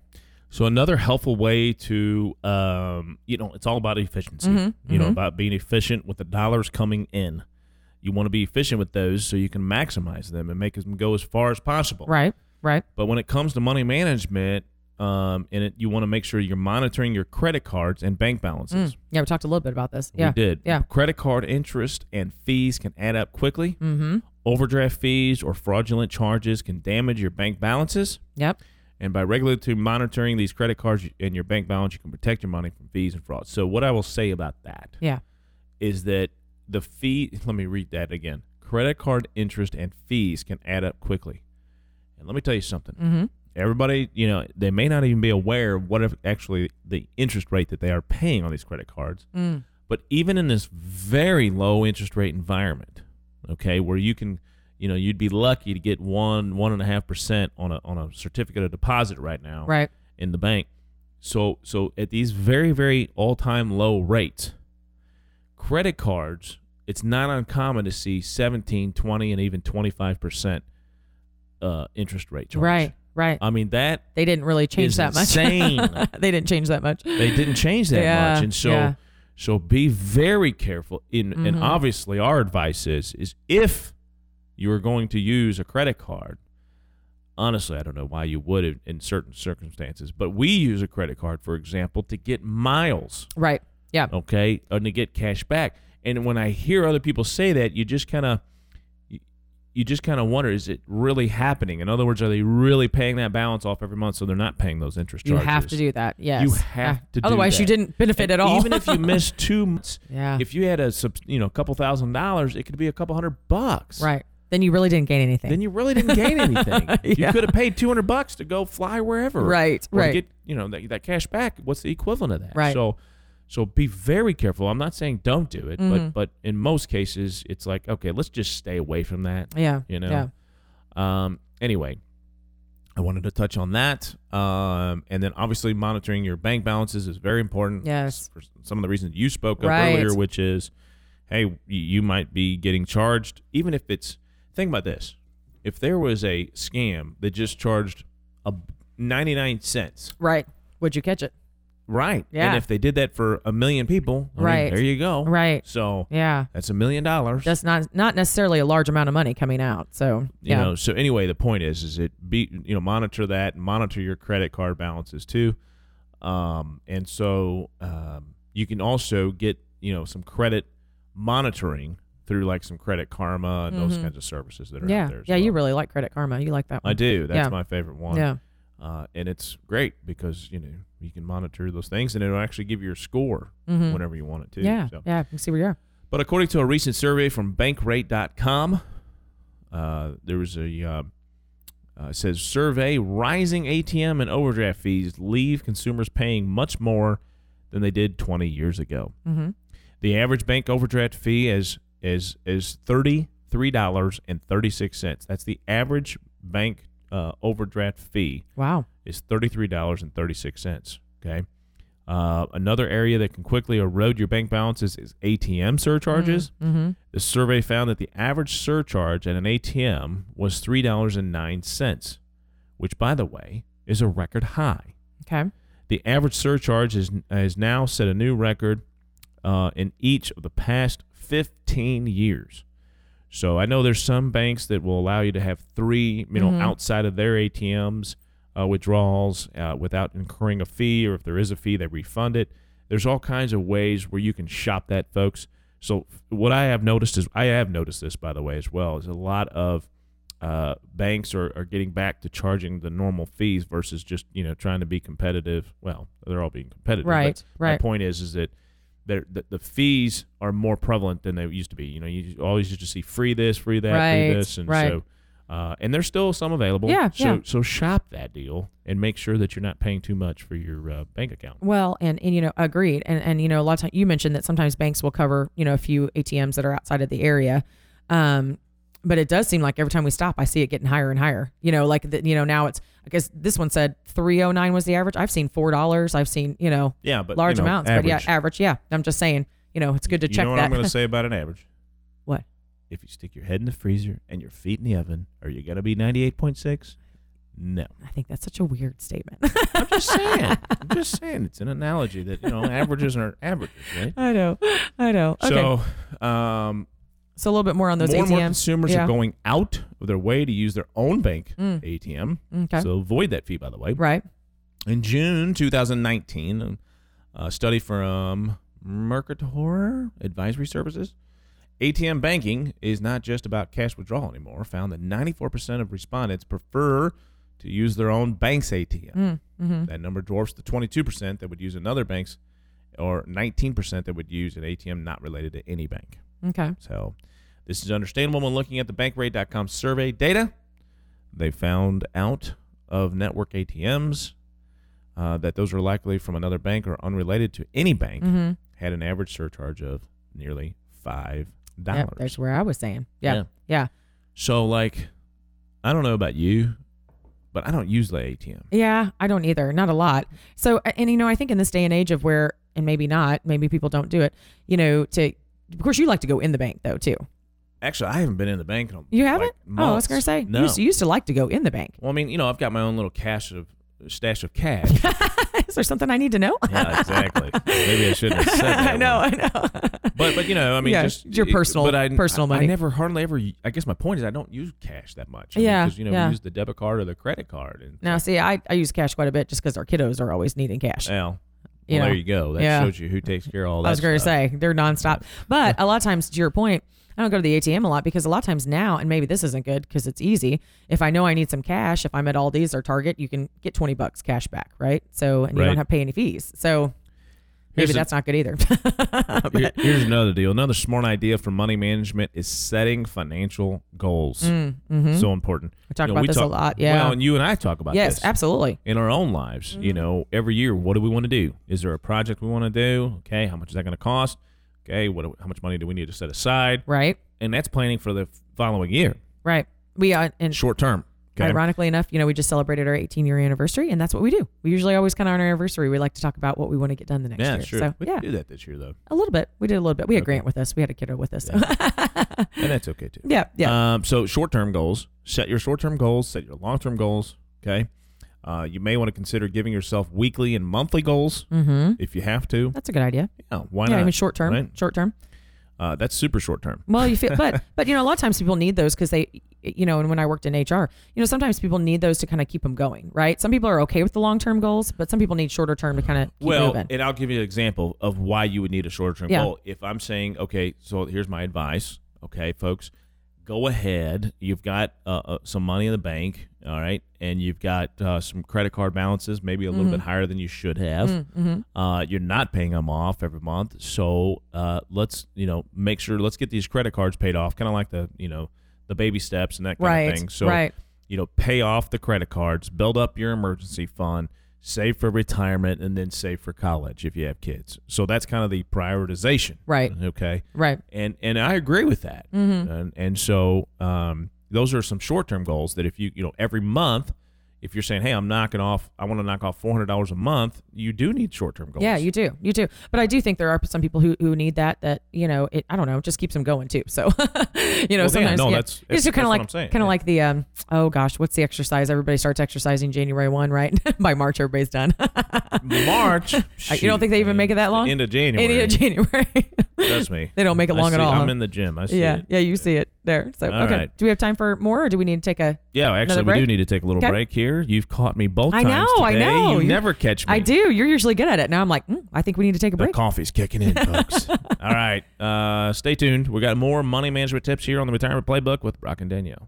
S5: So another helpful way to, um, you know, it's all about efficiency.
S4: Mm-hmm,
S5: you know, about being efficient with the dollars coming in. You want to be efficient with those so you can maximize them and make them go as far as possible.
S4: Right. Right.
S5: But when it comes to money management, um, and it, you want to make sure you're monitoring your credit cards and bank balances.
S4: Mm. Yeah, we talked a little bit about this. Yeah.
S5: Mm. We did.
S4: Yeah.
S5: Credit card interest and fees can add up quickly.
S4: Mm-hmm.
S5: Overdraft fees or fraudulent charges can damage your bank balances.
S4: Yep.
S5: And by regularly monitoring these credit cards and your bank balance, you can protect your money from fees and fraud. So, what I will say about that
S4: Yeah.
S5: is that the fee, let me read that again. Credit card interest and fees can add up quickly. And let me tell you something.
S4: Mm-hmm.
S5: Everybody, you know, they may not even be aware of what if actually the interest rate that they are paying on these credit cards.
S4: Mm.
S5: But even in this very low interest rate environment, okay, where you can, you know, you'd be lucky to get one one and a half percent on a on a certificate of deposit right now
S4: Right.
S5: in the bank. So so at these very very all time low rates, credit cards, it's not uncommon to see 17, 20, and even twenty five percent uh interest rate charge.
S4: Right. Right.
S5: I mean that
S4: they didn't really change
S5: Uh, is
S4: that much.
S5: insane.
S4: they didn't change that much.
S5: they didn't change that
S4: Yeah,
S5: much and so
S4: yeah.
S5: so be very careful in and
S4: Mhm.
S5: obviously our advice is is if you are going to use a credit card honestly i don't know why you would in, in certain circumstances but we use a credit card for example to get miles
S4: Right. Yeah.
S5: Oh, okay and to get cash back and when i hear other people say that you just kind of you- you just kind of wonder is it really happening in other words are they really paying that balance off every month so they're not paying those interest
S4: You
S5: charges
S4: have to do that. Yes.
S5: You have
S4: Yeah.
S5: to do
S4: Otherwise, you
S5: that.
S4: didn't benefit
S5: and
S4: at all.
S5: Even if you missed two months,
S4: Yeah.
S5: if you had a subs- you know couple thousand dollars, it could be a couple hundred bucks.
S4: right. Then you really didn't gain anything.
S5: Then you really didn't gain anything.
S4: Yeah.
S5: You could have paid two hundred bucks to go fly wherever.
S4: Right,
S5: Or to
S4: right.
S5: Get you know that, that cash back. What's the equivalent of that?
S4: Right.
S5: So, So be very careful. I'm not saying don't do it,
S4: Mm-hmm.
S5: but but in most cases, it's like okay, let's just stay away from that.
S4: Yeah.
S5: You know.
S4: Yeah.
S5: Um, anyway, I wanted to touch on that. Um, and then obviously monitoring your bank balances is very important.
S4: Yes.
S5: For some of the reasons you spoke of
S4: Right.
S5: earlier, which is, hey, y- you might be getting charged, even if it's, think about this. If there was a scam that just charged a 99 cents,
S4: Right. Would you catch it?
S5: right?
S4: Yeah.
S5: And if they did that for a million people, I mean,
S4: Right.
S5: there you go.
S4: Right.
S5: So
S4: Yeah.
S5: that's a million dollars.
S4: That's not not necessarily a large amount of money coming out. So
S5: you
S4: yeah.
S5: know so anyway the point is is it be you know monitor that and monitor your credit card balances too um and so um you can also get you know some credit monitoring through like some credit karma and those kinds of services that are
S4: Mm-hmm. yeah.
S5: out there as
S4: yeah. You
S5: well.
S4: really like credit karma. You like that one.
S5: i do that's
S4: Yeah.
S5: my favorite one
S4: Yeah.
S5: uh, and it's great because you know you can monitor those things and it'll actually give you your score whenever you want it to
S4: Mm-hmm. Yeah.
S5: So-
S4: Yeah. You can see where you are.
S5: but according to a recent survey from bankrate.com, uh, there was a uh, uh, it says survey rising ATM and overdraft fees leave consumers paying much more than they did 20 years ago.
S4: Mhm.
S5: The average bank overdraft fee is is is $33.36. That's the average bank uh, overdraft fee
S4: Wow.
S5: is $33.36. Okay. Uh, another area that can quickly erode your bank balances is ATM surcharges.
S4: Mm-hmm.
S5: The survey found that the average surcharge at an ATM was $3.09, which, by the way, is a record high.
S4: Okay.
S5: The average surcharge is, has now set a new record uh, in each of the past 15 years. So I know there's some banks that will allow you to have three, you know,
S4: Mm-hmm.
S5: outside of their ATMs uh, withdrawals uh, without incurring a fee, or if there is a fee, they refund it. There's all kinds of ways where you can shop that, folks. So what I have noticed is I have noticed this, by the way, as well, is a lot of uh, banks are, are getting back to charging the normal fees versus just you know trying to be competitive. Well, they're all being competitive. but
S4: Right,
S5: My
S4: right.
S5: point is, is that they're, the, the fees are more prevalent than they used to be. You know, you always used to see free this, free that,
S4: Right,
S5: free this, and
S4: right.
S5: so. Uh, and there's still some available.
S4: Yeah,
S5: So
S4: yeah.
S5: so shop that deal and make sure that you're not paying too much for your uh, bank account.
S4: Well, and, and you know, agreed. And and you know, a lot of times you mentioned that sometimes banks will cover you know a few ATMs that are outside of the area, um, but it does seem like every time we stop, I see it getting higher and higher. You know, like the, you know now it's I guess this one said three oh nine was the average. I've seen four dollars. I've seen you know
S5: Yeah, but
S4: large
S5: you know,
S4: amounts,
S5: Average.
S4: but yeah, average. Yeah, I'm just saying. You know, it's good to
S5: you
S4: check
S5: know what
S4: that.
S5: I'm going to say about an average?
S4: What?
S5: If you stick your head in the freezer and your feet in the oven, are you going to be 98.6? No.
S4: I think that's such a weird statement.
S5: I'm just saying. I'm just saying. It's an analogy that, you know, averages aren't averages, right?
S4: I know. I know. Okay. So,
S5: So, um,
S4: a little bit more on those
S5: more and
S4: ATMs.
S5: more consumers
S4: yeah.
S5: are going out of their way to use their own bank
S4: Mm.
S5: ATM.
S4: Okay.
S5: So avoid that fee, by the way.
S4: right.
S5: In June 2019, a study from Mercator Advisory Services, ATM banking is not just about cash withdrawal anymore, found that 94% of respondents prefer to use their own bank's ATM.
S4: Mm-hmm.
S5: That number dwarfs the 22% that would use another bank's or 19% that would use an ATM not related to any bank.
S4: Okay.
S5: So this is understandable when looking at the bankrate.com survey data. They found out of network ATMs uh, that those are likely from another bank or unrelated to any bank
S4: Mm-hmm.
S5: had an average surcharge of nearly five dollars.
S4: Yep, that's where I was saying. Yeah.
S5: Yeah.
S4: Yeah.
S5: so like I don't know about you, but I don't use the ATM.
S4: Yeah, I don't either. Not a lot. So, a- and you know, I think in this day and age of where, and maybe not, maybe people don't do it, you know, to, of course, you like to go in the bank though, too.
S5: Actually, I haven't been in the bank in a-
S4: You
S5: like,
S4: haven't? oh, I was
S5: months.
S4: going to say,
S5: no.
S4: you, used to, you used to like to go in the bank.
S5: well, I mean, you know, I've got my own little cash of stash of cash.
S4: Is there something I need to know?
S5: yeah, exactly. Maybe I shouldn't have said that.
S4: I know,
S5: one.
S4: I know.
S5: But but you know, I mean,
S4: Yeah,
S5: just
S4: your personal-
S5: but I,
S4: personal
S5: I,
S4: money.
S5: I never hardly ever. I guess my point is I don't use cash that much. I
S4: Yeah,
S5: because you know
S4: yeah.
S5: we use the debit card or the credit card, and
S4: now, see, I, I use cash quite a bit just because our kiddos are always needing cash.
S5: well,
S4: You
S5: well,
S4: know.
S5: there you go. That
S4: Yeah.
S5: shows you who takes care of all that.
S4: I was going to
S5: stuff.
S4: say they're nonstop. But a lot of times, to your point, I don't go to the ATM a lot because a lot of times now, and maybe this isn't good because it's easy. If I know I need some cash, if I'm at Aldi's or Target, you can get twenty bucks cash back, right? So and you
S5: Right.
S4: don't have to pay any fees. So Maybe
S5: Here's a-
S4: that's not good either.
S5: Here- Here's another deal. Another smart idea for money management is setting financial goals. So important.
S4: We Mm, mm-hmm. talk
S5: You know,
S4: about this a lot, yeah.
S5: Well, and you and I talk about
S4: yes, Mm.
S5: this
S4: absolutely.
S5: in our own lives. You know, every year, what do we want to do? Is there a project we want to do? Okay, how much is that going to cost? Okay, what? do- How much money do we need to set aside?
S4: Right.
S5: And that's planning for the following year,
S4: Right. We are in
S5: short term. Okay.
S4: Ironically enough, you know, we just celebrated our 18 year anniversary, and that's what we do. We usually always kind of on our anniversary, we like to talk about what we want to get done the next
S5: Yeah,
S4: year.
S5: sure.
S4: So,
S5: we
S4: yeah,
S5: did do that this year though,
S4: a little bit. We did a little bit. We had Grant with us. We had a kiddo with us. Yeah,
S5: and that's okay too.
S4: yeah.
S5: Um, so short term goals. Set your short term goals. Set your long term goals. Okay. Uh, you may want to consider giving yourself weekly and monthly goals
S4: mm-hmm.
S5: if you have to.
S4: That's a good idea.
S5: Yeah, why
S4: yeah,
S5: not?
S4: I mean, short term,
S5: right?
S4: short term.
S5: Uh, that's super short term.
S4: Well, you feel, but but you know, a lot of times people need those because they, you know, and when I worked in HR, you know, sometimes people need those to kind of keep them going, right? Some people are okay with the long term goals, but some people need shorter term to kind of keep
S5: well,
S4: moving.
S5: and I'll give you an example of why you would need a shorter term
S4: Yeah.
S5: goal. If I'm saying, okay, so here's my advice, okay, folks, go ahead. You've got uh, uh, some money in the bank, all right, and you've got uh, some credit card balances, maybe a little bit
S4: Mm-hmm.
S5: higher than you should have.
S4: Mm,
S5: Uh, you're not paying them off every month, so uh, let's you know make sure let's get these credit cards paid off, kind of like the you know the baby steps and that kind
S4: right.
S5: of thing. So
S4: right.
S5: you know, pay off the credit cards, build up your emergency fund, save for retirement, and then save for college if you have kids. So that's kind of the prioritization.
S4: Right.
S5: Okay.
S4: Right.
S5: And and I agree with that.
S4: Mm-hmm.
S5: And and so um, those are some short term goals that if you you know every month. If you're saying, "Hey, I'm knocking off. I want to knock off four hundred dollars a month," you do need short-term goals.
S4: Yeah, you do. You do. But I do think there are some people who, who need that, that, you know, it, I don't know, just keeps them going too. So, you know,
S5: Well, yeah,
S4: sometimes
S5: no,
S4: yeah.
S5: that's-
S4: it's
S5: that's
S4: kind
S5: what
S4: of like,
S5: I'm saying,
S4: kind of
S5: yeah.
S4: like the, um, oh gosh, what's the exercise? Everybody starts exercising January 1, right? By March, everybody's done.
S5: March.
S4: you don't think they even make it that long?
S5: End of
S4: Any
S5: January.
S4: of January.
S5: Trust me.
S4: they don't make it
S5: I
S4: long at
S5: see-
S4: all.
S5: I'm
S4: huh?
S5: in the gym. I see
S4: yeah.
S5: it.
S4: Yeah. You see it there. So,
S5: All
S4: okay.
S5: right.
S4: Do we have time for more or do we need to take a,
S5: Yeah, actually,
S4: Another
S5: we do
S4: break?
S5: need to take a little
S4: Okay.
S5: break here. You've caught me both
S4: I
S5: times
S4: know, I
S5: today.
S4: know.
S5: You
S4: You-
S5: never catch me.
S4: I do. You're usually good at it. Now I'm like, mm, I think we need to take a
S5: The
S4: break.
S5: coffee's kicking in, folks. All right, uh, stay tuned. We got more money management tips here on the Retirement Playbook with Brock and Danielle.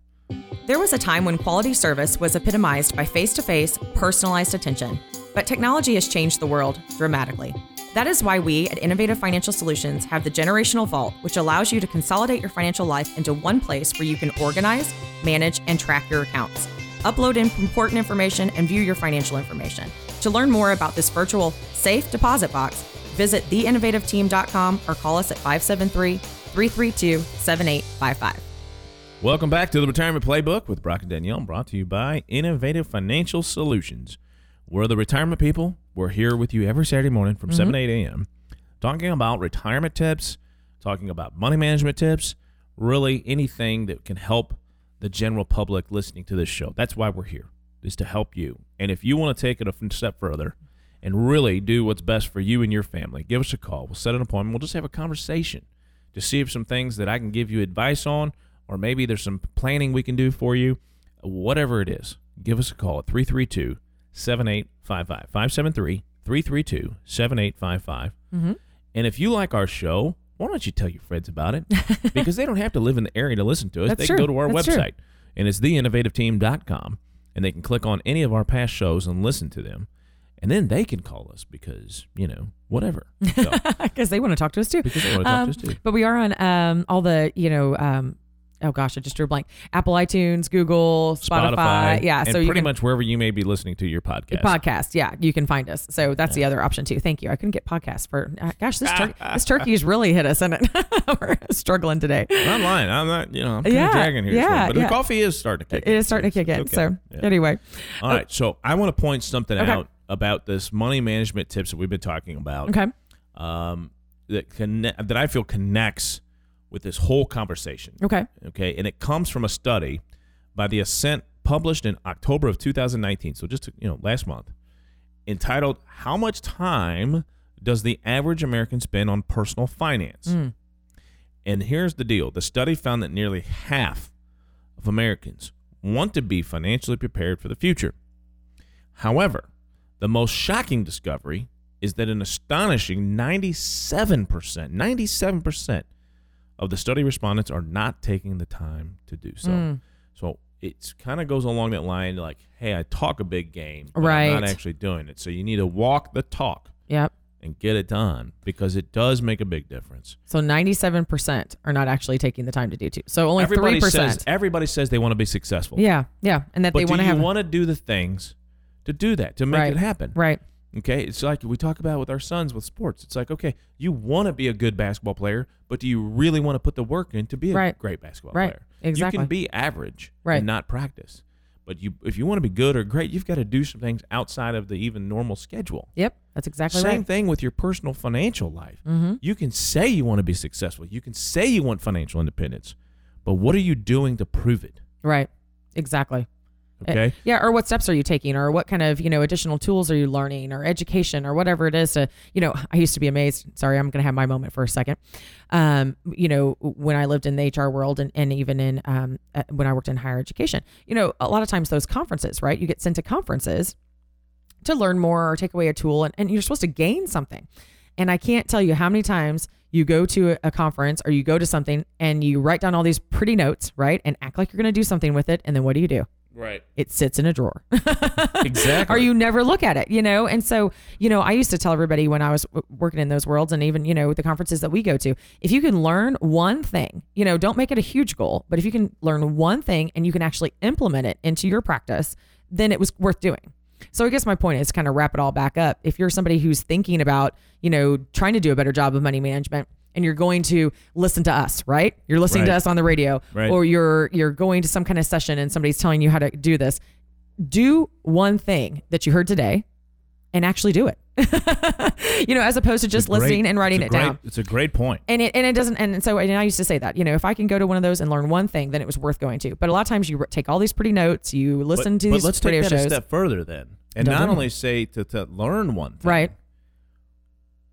S6: There was a time when quality service was epitomized by face to face, personalized attention. But technology has changed the world dramatically. That is why we at Innovative Financial Solutions have the Generational Vault, which allows you to consolidate your financial life into one place where you can organize, manage, and track your accounts, upload in- important information, and view your financial information. To learn more about this virtual safe deposit box, visit theinnovativeteam.com or call us at 573 332 7855.
S5: Welcome back to the Retirement Playbook with Brock and Danielle, brought to you by Innovative Financial Solutions. We're the retirement people. We're here with you every Saturday morning from 7 to 8 a.m., talking about retirement tips, talking about money management tips, really anything that can help the general public listening to this show. That's why we're here, is to help you. And if you want to take it a f- step further and really do what's best for you and your family, give us a call. We'll set an appointment. We'll just have a conversation to see if some things that I can give you advice on, or maybe there's some planning we can do for you. Whatever it is, give us a call at 332 7855 573 332 7855.
S4: Mm-hmm.
S5: And if you like our show, why don't you tell your friends about it? because they don't have to live in the area to listen to us.
S4: That's
S5: they
S4: true.
S5: can go to our
S4: That's true.
S5: website, and it's theinnovativeteam.com, and they can click on any of our past shows and listen to them. And then they can call us because, you know, whatever. So,
S4: because they want to talk to us too.
S5: Because they wanna talk to us, too.
S4: But we are on um, all the you know. Um, Oh gosh, I just drew a blank. Apple, iTunes, Google, Spotify. yeah,
S5: and
S4: so you
S5: pretty
S4: can
S5: much wherever you may be listening to your podcast.
S4: podcast. Yeah, you can find us. So that's the other option too. Thank you. I couldn't get podcast for. Uh, gosh, this tur- this turkey's really hit us, isn't it? We're struggling today.
S5: I'm lying. I'm not. You know, I'm kind
S4: Yeah,
S5: of dragging here. so-
S4: yeah,
S5: but
S4: yeah.
S5: the coffee is starting to kick.
S4: It is starting to kick in.
S5: Okay.
S4: So
S5: Yeah.
S4: anyway,
S5: all right. So I want to point something
S4: Okay.
S5: out about this money management tips that we've been talking about.
S4: Oh, okay,
S5: Um, that connect that I feel connects with this whole conversation.
S4: okay,
S5: Okay, and it comes from a study by the Ascent published in October of 2019. So just you know, last month, entitled "How Much Time Does the Average American Spend on Personal Finance?"
S4: Mm,
S5: And here's the deal: the study found that nearly half of Americans want to be financially prepared for the future. However, the most shocking discovery is that an astonishing 97%, 97% of the study respondents are not taking the time to do so.
S4: Hmm. mm,
S5: So it kind of goes along that line like, hey, I talk a big game, but I'm
S4: Right.
S5: not actually doing it. So you need to walk the talk
S4: yep,
S5: and get it done because it does make a big difference.
S4: So 97% are not actually taking the time to do two. So only
S5: everybody
S4: 3%.
S5: says everybody says they want to be successful.
S4: yeah, yeah. And that
S5: but
S4: they want
S5: do
S4: to
S5: you
S4: have.
S5: want to do the things to do that to make
S4: Right.
S5: it happen?
S4: right.
S5: Okay, it's like we talk about with our sons with sports. It's like, okay, you want to be a good basketball player, but do you really want to put the work in to be a
S4: Right.
S5: great basketball
S4: Right,
S5: player? You
S4: exactly.
S5: can be average
S4: Right.
S5: and not practice, but you if you want to be good or great, you've got to do some things outside of the even normal schedule.
S4: Yep. That's exactly
S5: Same
S4: right. Mm-hmm.
S5: thing with your personal financial life. You can say you want to be successful. You can say you want financial independence, but what are you doing to prove it?
S4: Right. Exactly. Eh,
S5: Okay.
S4: Yeah. Or what steps are you taking? Or what kind of, you know, additional tools are you learning or education or whatever it is to, you know, I used to be amazed. Sorry, I'm going to have my moment for a second. Um, you know, when I lived in the HR world and, and even in, um, uh, when I worked in higher education, you know, a lot of times those conferences, right? You get sent to conferences to learn more or take away a tool and, and you're supposed to gain something. And I can't tell you how many times you go to a- a conference or you go to something and you write down all these pretty notes, right? And act like you're going to do something with it. And then what do you do?
S5: Right.
S4: It sits in a drawer.
S5: Exactly.
S4: or you never look at it, you know? And so, you know, I used to tell everybody when I was w- working in those worlds and even, you know, the conferences that we go to, if you can learn one thing, you know, don't make it a huge goal, but if you can learn one thing and you can actually implement it into your practice, then it was worth doing. So I guess my point is to kind of wrap it all back up. If you're somebody who's thinking about, you know, trying to do a better job of money management and you're going to listen to us, right? You're listening to
S5: Right.
S4: us on the radio
S5: Right.
S4: or you're you're going to some kind of session and somebody's telling you how to do this. Do one thing that you heard today and actually do it. you know, as opposed to
S5: It's
S4: just
S5: a great-
S4: listening and writing
S5: it's a
S4: it
S5: great-
S4: down.
S5: It's a great point.
S4: And it and it doesn't and so and I used to say that you know if I can go to one of those and learn one thing then it was worth going to. But a lot of times you r- take all these pretty notes, you listen
S5: but,
S4: to
S5: but
S4: these
S5: let's take
S4: radio
S5: that
S4: shows,
S5: a step further then, and
S4: Don't
S5: not
S4: do it.
S5: only say to, to learn one thing,
S4: right?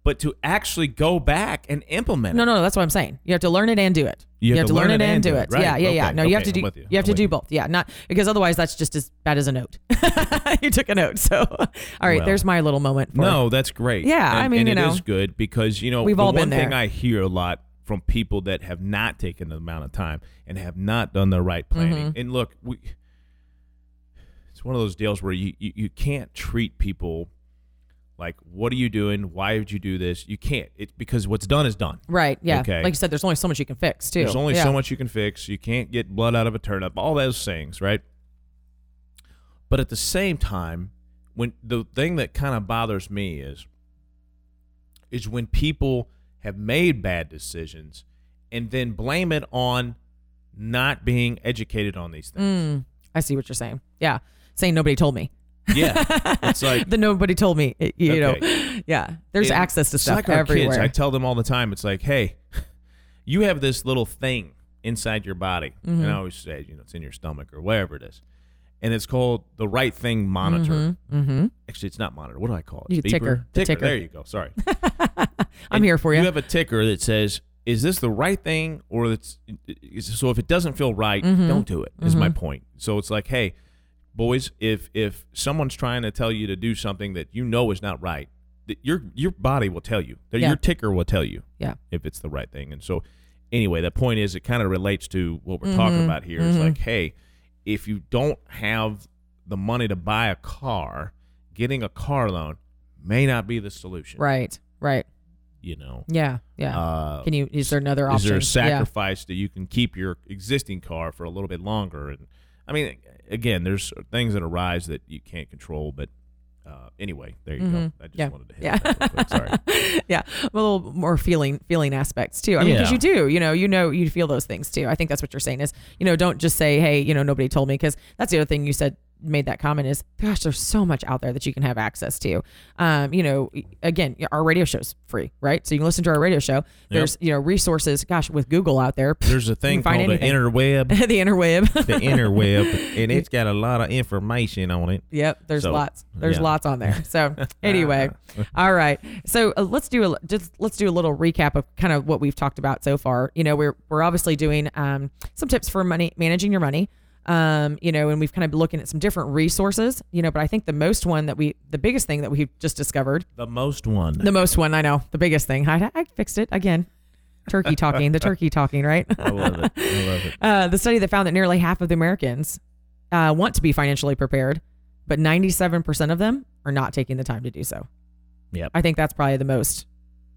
S5: but to actually go back and implement.
S4: No,
S5: it.
S4: no, no. That's what I'm saying. You have to learn it and do it. You, have, to learn, it and do it.
S5: Right.
S4: Yeah, yeah, yeah.
S5: Okay,
S4: No, you have
S5: okay,
S4: to do.
S5: I'm with
S4: you.
S5: you.
S4: have to
S5: I'm
S4: do
S5: with
S4: both. Yeah, not because otherwise that's just as bad as a note. you took a note, so all right.
S5: Well.
S4: there's my little moment. For
S5: No, that's great.
S4: Yeah,
S5: and,
S4: I mean,
S5: and
S4: you
S5: it
S4: know.
S5: is good because you know
S4: We've
S5: the
S4: all been
S5: one thing
S4: there.
S5: I hear a lot from people that have not taken the amount of time and have not done the right planning.
S4: Mm-hmm.
S5: And look, we it's one of those deals where you, you you can't treat people like what are you doing? Why would you do this? You can't. It's because what's done is done.
S4: Right. Yeah.
S5: Okay.
S4: Like you said, there's only so much you can fix too.
S5: There's only
S4: Yeah.
S5: so much you can fix. You can't get blood out of a turnip. All those things, right? But at the same time, when the thing that kind of bothers me is is when people have made bad decisions and then blame it on not being educated on these things.
S4: Mm, I see what you're saying. Yeah. Saying nobody told me.
S5: Yeah. It's like
S4: the nobody told me. y- You know.
S5: Okay.
S4: Yeah. There's
S5: And
S4: access to
S5: it's
S4: stuff
S5: like our
S4: everywhere.
S5: Kids, I tell them all the time, it's like, hey, you have this little thing inside your body,
S4: Mm-hmm.
S5: and I always say, you know, it's in your stomach or wherever it is, and it's called the right thing monitor.
S4: mm-hmm.
S5: Actually, it's not monitor. What do I call it?
S4: You- ticker. The
S5: Ticker.
S4: ticker.
S5: There you go. Sorry.
S4: I'm
S5: And
S4: here for you.
S5: You have a ticker that says, "Is this the right thing?" Or it's is- so if it doesn't feel right,
S4: Mm-hmm.
S5: don't do it. Is my point. So it's like, hey, boys, if if someone's trying to tell you to do something that you know is not right, that your your body will tell you. That
S4: Yeah.
S5: Your ticker will tell you
S4: yeah.
S5: if it's the right thing. And so, anyway, the point is, it kind of relates to what we're
S4: Mm-hmm.
S5: talking about here. It's like, hey, if you don't have the money to buy a car, getting a car loan may not be the solution.
S4: Right. Right.
S5: You know.
S4: Yeah. Yeah.
S5: Uh,
S4: Can you? Is there another
S5: is
S4: option?
S5: there a
S4: Yeah.
S5: sacrifice that you can keep your existing car for a little bit longer? And I mean, again, there's things that arise that you can't control. But uh, anyway, there you go. I just
S4: Mm-hmm. Yeah.
S5: wanted to hit
S4: Yeah.
S5: that real quick. Sorry.
S4: yeah, a little more feeling feeling aspects too. I mean, because
S5: Yeah.
S4: you do, you know, you know, you feel those things too. I think that's what you're saying is, you know, don't just say, hey, you know, nobody told me, because that's the other thing you said made that comment is, gosh, there's so much out there that you can have access to. Um, you know, again, our radio show's free, right? So you can listen to our radio show. There's you know resources, gosh, with Google out there, pff,
S5: There's a
S4: You
S5: thing
S4: can
S5: called
S4: find
S5: the
S4: anything.
S5: interweb.
S4: the interweb.
S5: The interweb, and it's got a lot of information on it.
S4: Yep, there's
S5: So,
S4: lots. There's
S5: yeah.
S4: lots on there. So anyway, all right. So uh, let's do a just let's do a little recap of kind of what we've talked about so far. You know, we're we're obviously doing um, some tips for money managing your money. Um, you know, and we've kind of been looking at some different resources. You know, but I think the most one that we the biggest thing that we just discovered,
S5: The most one.
S4: the most one I know, the biggest thing. I I fixed it again. Turkey talking, the turkey talking, right?
S5: I love it. I love it.
S4: Uh, the study that found that nearly half of the Americans uh, want to be financially prepared, but 97% of them are not taking the time to do so.
S3: Yep.
S4: I think that's probably the most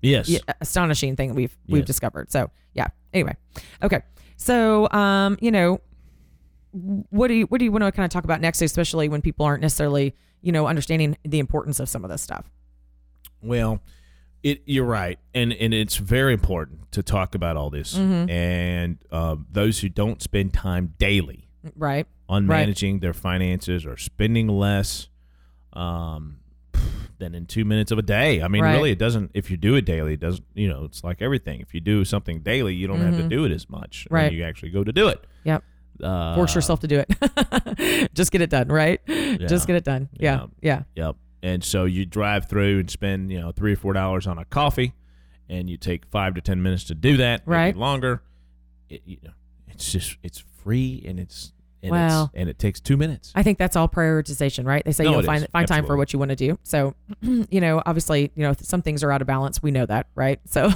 S3: Yes.
S4: yeah, astonishing thing that we've we've
S3: Yes.
S4: discovered. So yeah. Anyway, okay. So um, you know, what do you what do you want to kind of talk about next, especially when people aren't necessarily you know understanding the importance of some of this stuff?
S5: Well, it you're right, and and it's very important to talk about all this.
S4: Mm-hmm.
S3: Mm-hmm.
S5: And uh, those who don't spend time daily
S4: Right.
S5: on
S4: Right.
S5: managing their finances or spending less, um, than in two minutes of a day. I mean,
S4: Right.
S5: really, it doesn't. If you do it daily, it doesn't. You know, it's like everything. If you do something daily, you don't have to do it as much
S4: Mm-hmm. Right.
S5: when you actually go to do it.
S4: Yep.
S5: Uh,
S4: Force yourself to do it. Just get it done. Right. Just get it done. Yeah. Yeah.
S5: Yep. And so you drive through and spend, you know, three or four dollars on a coffee, and you take five to ten minutes to do that, maybe
S4: Right.
S5: Longer. It, you know, it's just it's free and it's and
S4: Well.
S5: it's, and it takes two minutes.
S4: I think that's all prioritization, right? They say
S5: No,
S4: you'll
S5: it
S4: find
S5: is.
S4: find time for
S5: Absolutely.
S4: what you want to do. So, you know, obviously, you know, if some things are out of balance. We know that, right? So,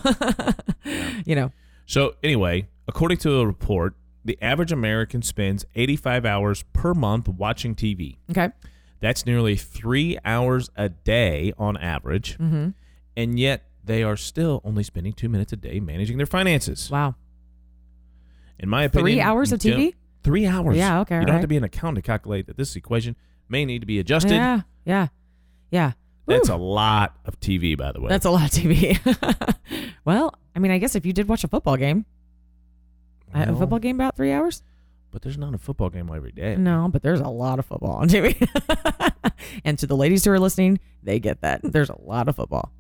S4: you know,
S5: So anyway, according to a report, the average American spends 85 hours per month watching TV.
S4: okay,
S5: That's nearly three hours a day on average,
S4: mm-hmm.
S5: and yet they are still only spending two minutes a day managing their finances.
S4: wow,
S5: In my
S4: Three
S5: opinion,
S4: hours
S5: you
S4: of TV?
S5: don't- Three hours.
S4: Yeah, okay,
S5: You don't have to
S4: alright.
S5: be an accountant to calculate that this equation may need to be adjusted.
S4: yeah, yeah, yeah.
S5: That's
S4: Whew.
S5: a lot of TV, by the way.
S4: That's a lot of TV. well, I mean, I guess if you did watch a football game, I- a
S5: Well,
S4: football game about three hours.
S5: But there's not a football game every day.
S4: No, but there's a lot of football on TV. and to the ladies who are listening, they get that. There's a lot of football.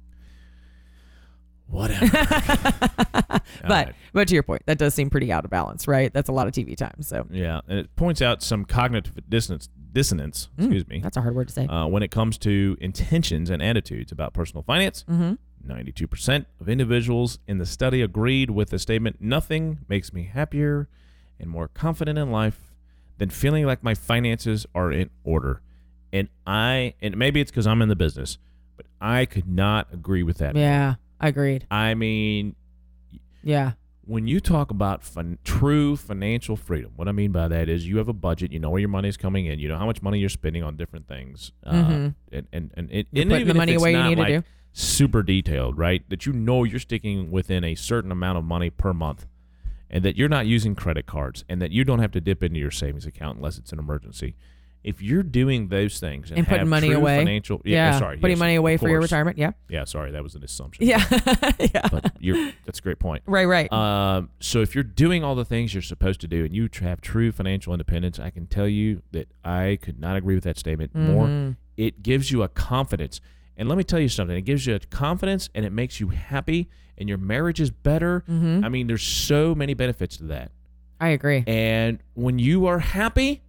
S5: Whatever.
S4: but but to your point, that does seem pretty out of balance, right? That's a lot of TV time. So
S5: yeah, and it points out some cognitive dissonance. Dissonance.
S4: Mm.
S5: excuse me.
S4: that's a hard word to say.
S5: Uh, when it comes to intentions and attitudes about personal finance, 92% of individuals in the study agreed with the statement nothing makes me happier and more confident in life than feeling like my finances are in order. And I, and maybe it's because I'm in the business, but I could not agree with that.
S4: yeah, agreed.
S5: I mean,
S4: Yeah,
S5: when you talk about fin- true financial freedom, what I mean by that is you have a budget, you know where your money is coming in, you know how much money you're spending on different things, uh,
S4: Mhm.
S5: and and and, it,
S4: You're
S5: and
S4: putting the
S5: even if
S4: money
S5: it's
S4: away you
S5: not,
S4: need to
S5: like,
S4: do.
S5: Super detailed, right? That you know you're sticking within a certain amount of money per month, and that you're not using credit cards, and that you don't have to dip into your savings account unless it's an emergency. If you're doing those things and,
S4: and
S5: have
S4: putting money
S5: true
S4: away.
S5: financial, yeah,
S4: yeah,
S5: sorry,
S4: putting
S5: yes,
S4: money away
S5: of
S4: for your
S5: course.
S4: retirement. Yeah,
S5: Yeah, sorry, that was an assumption.
S4: yeah, yeah.
S5: but you're that's a great point.
S4: Right, right.
S5: Um, so if you're doing all the things you're supposed to do and you tr- have true financial independence, I can tell you that I could not agree with that statement
S4: Mm-hmm.
S5: more. It gives you a confidence. And let me tell you something. It gives you a confidence and it makes you happy and your marriage is better.
S4: Mm-hmm.
S5: I mean, there's so many benefits to that.
S4: I agree.
S5: And when you are happy,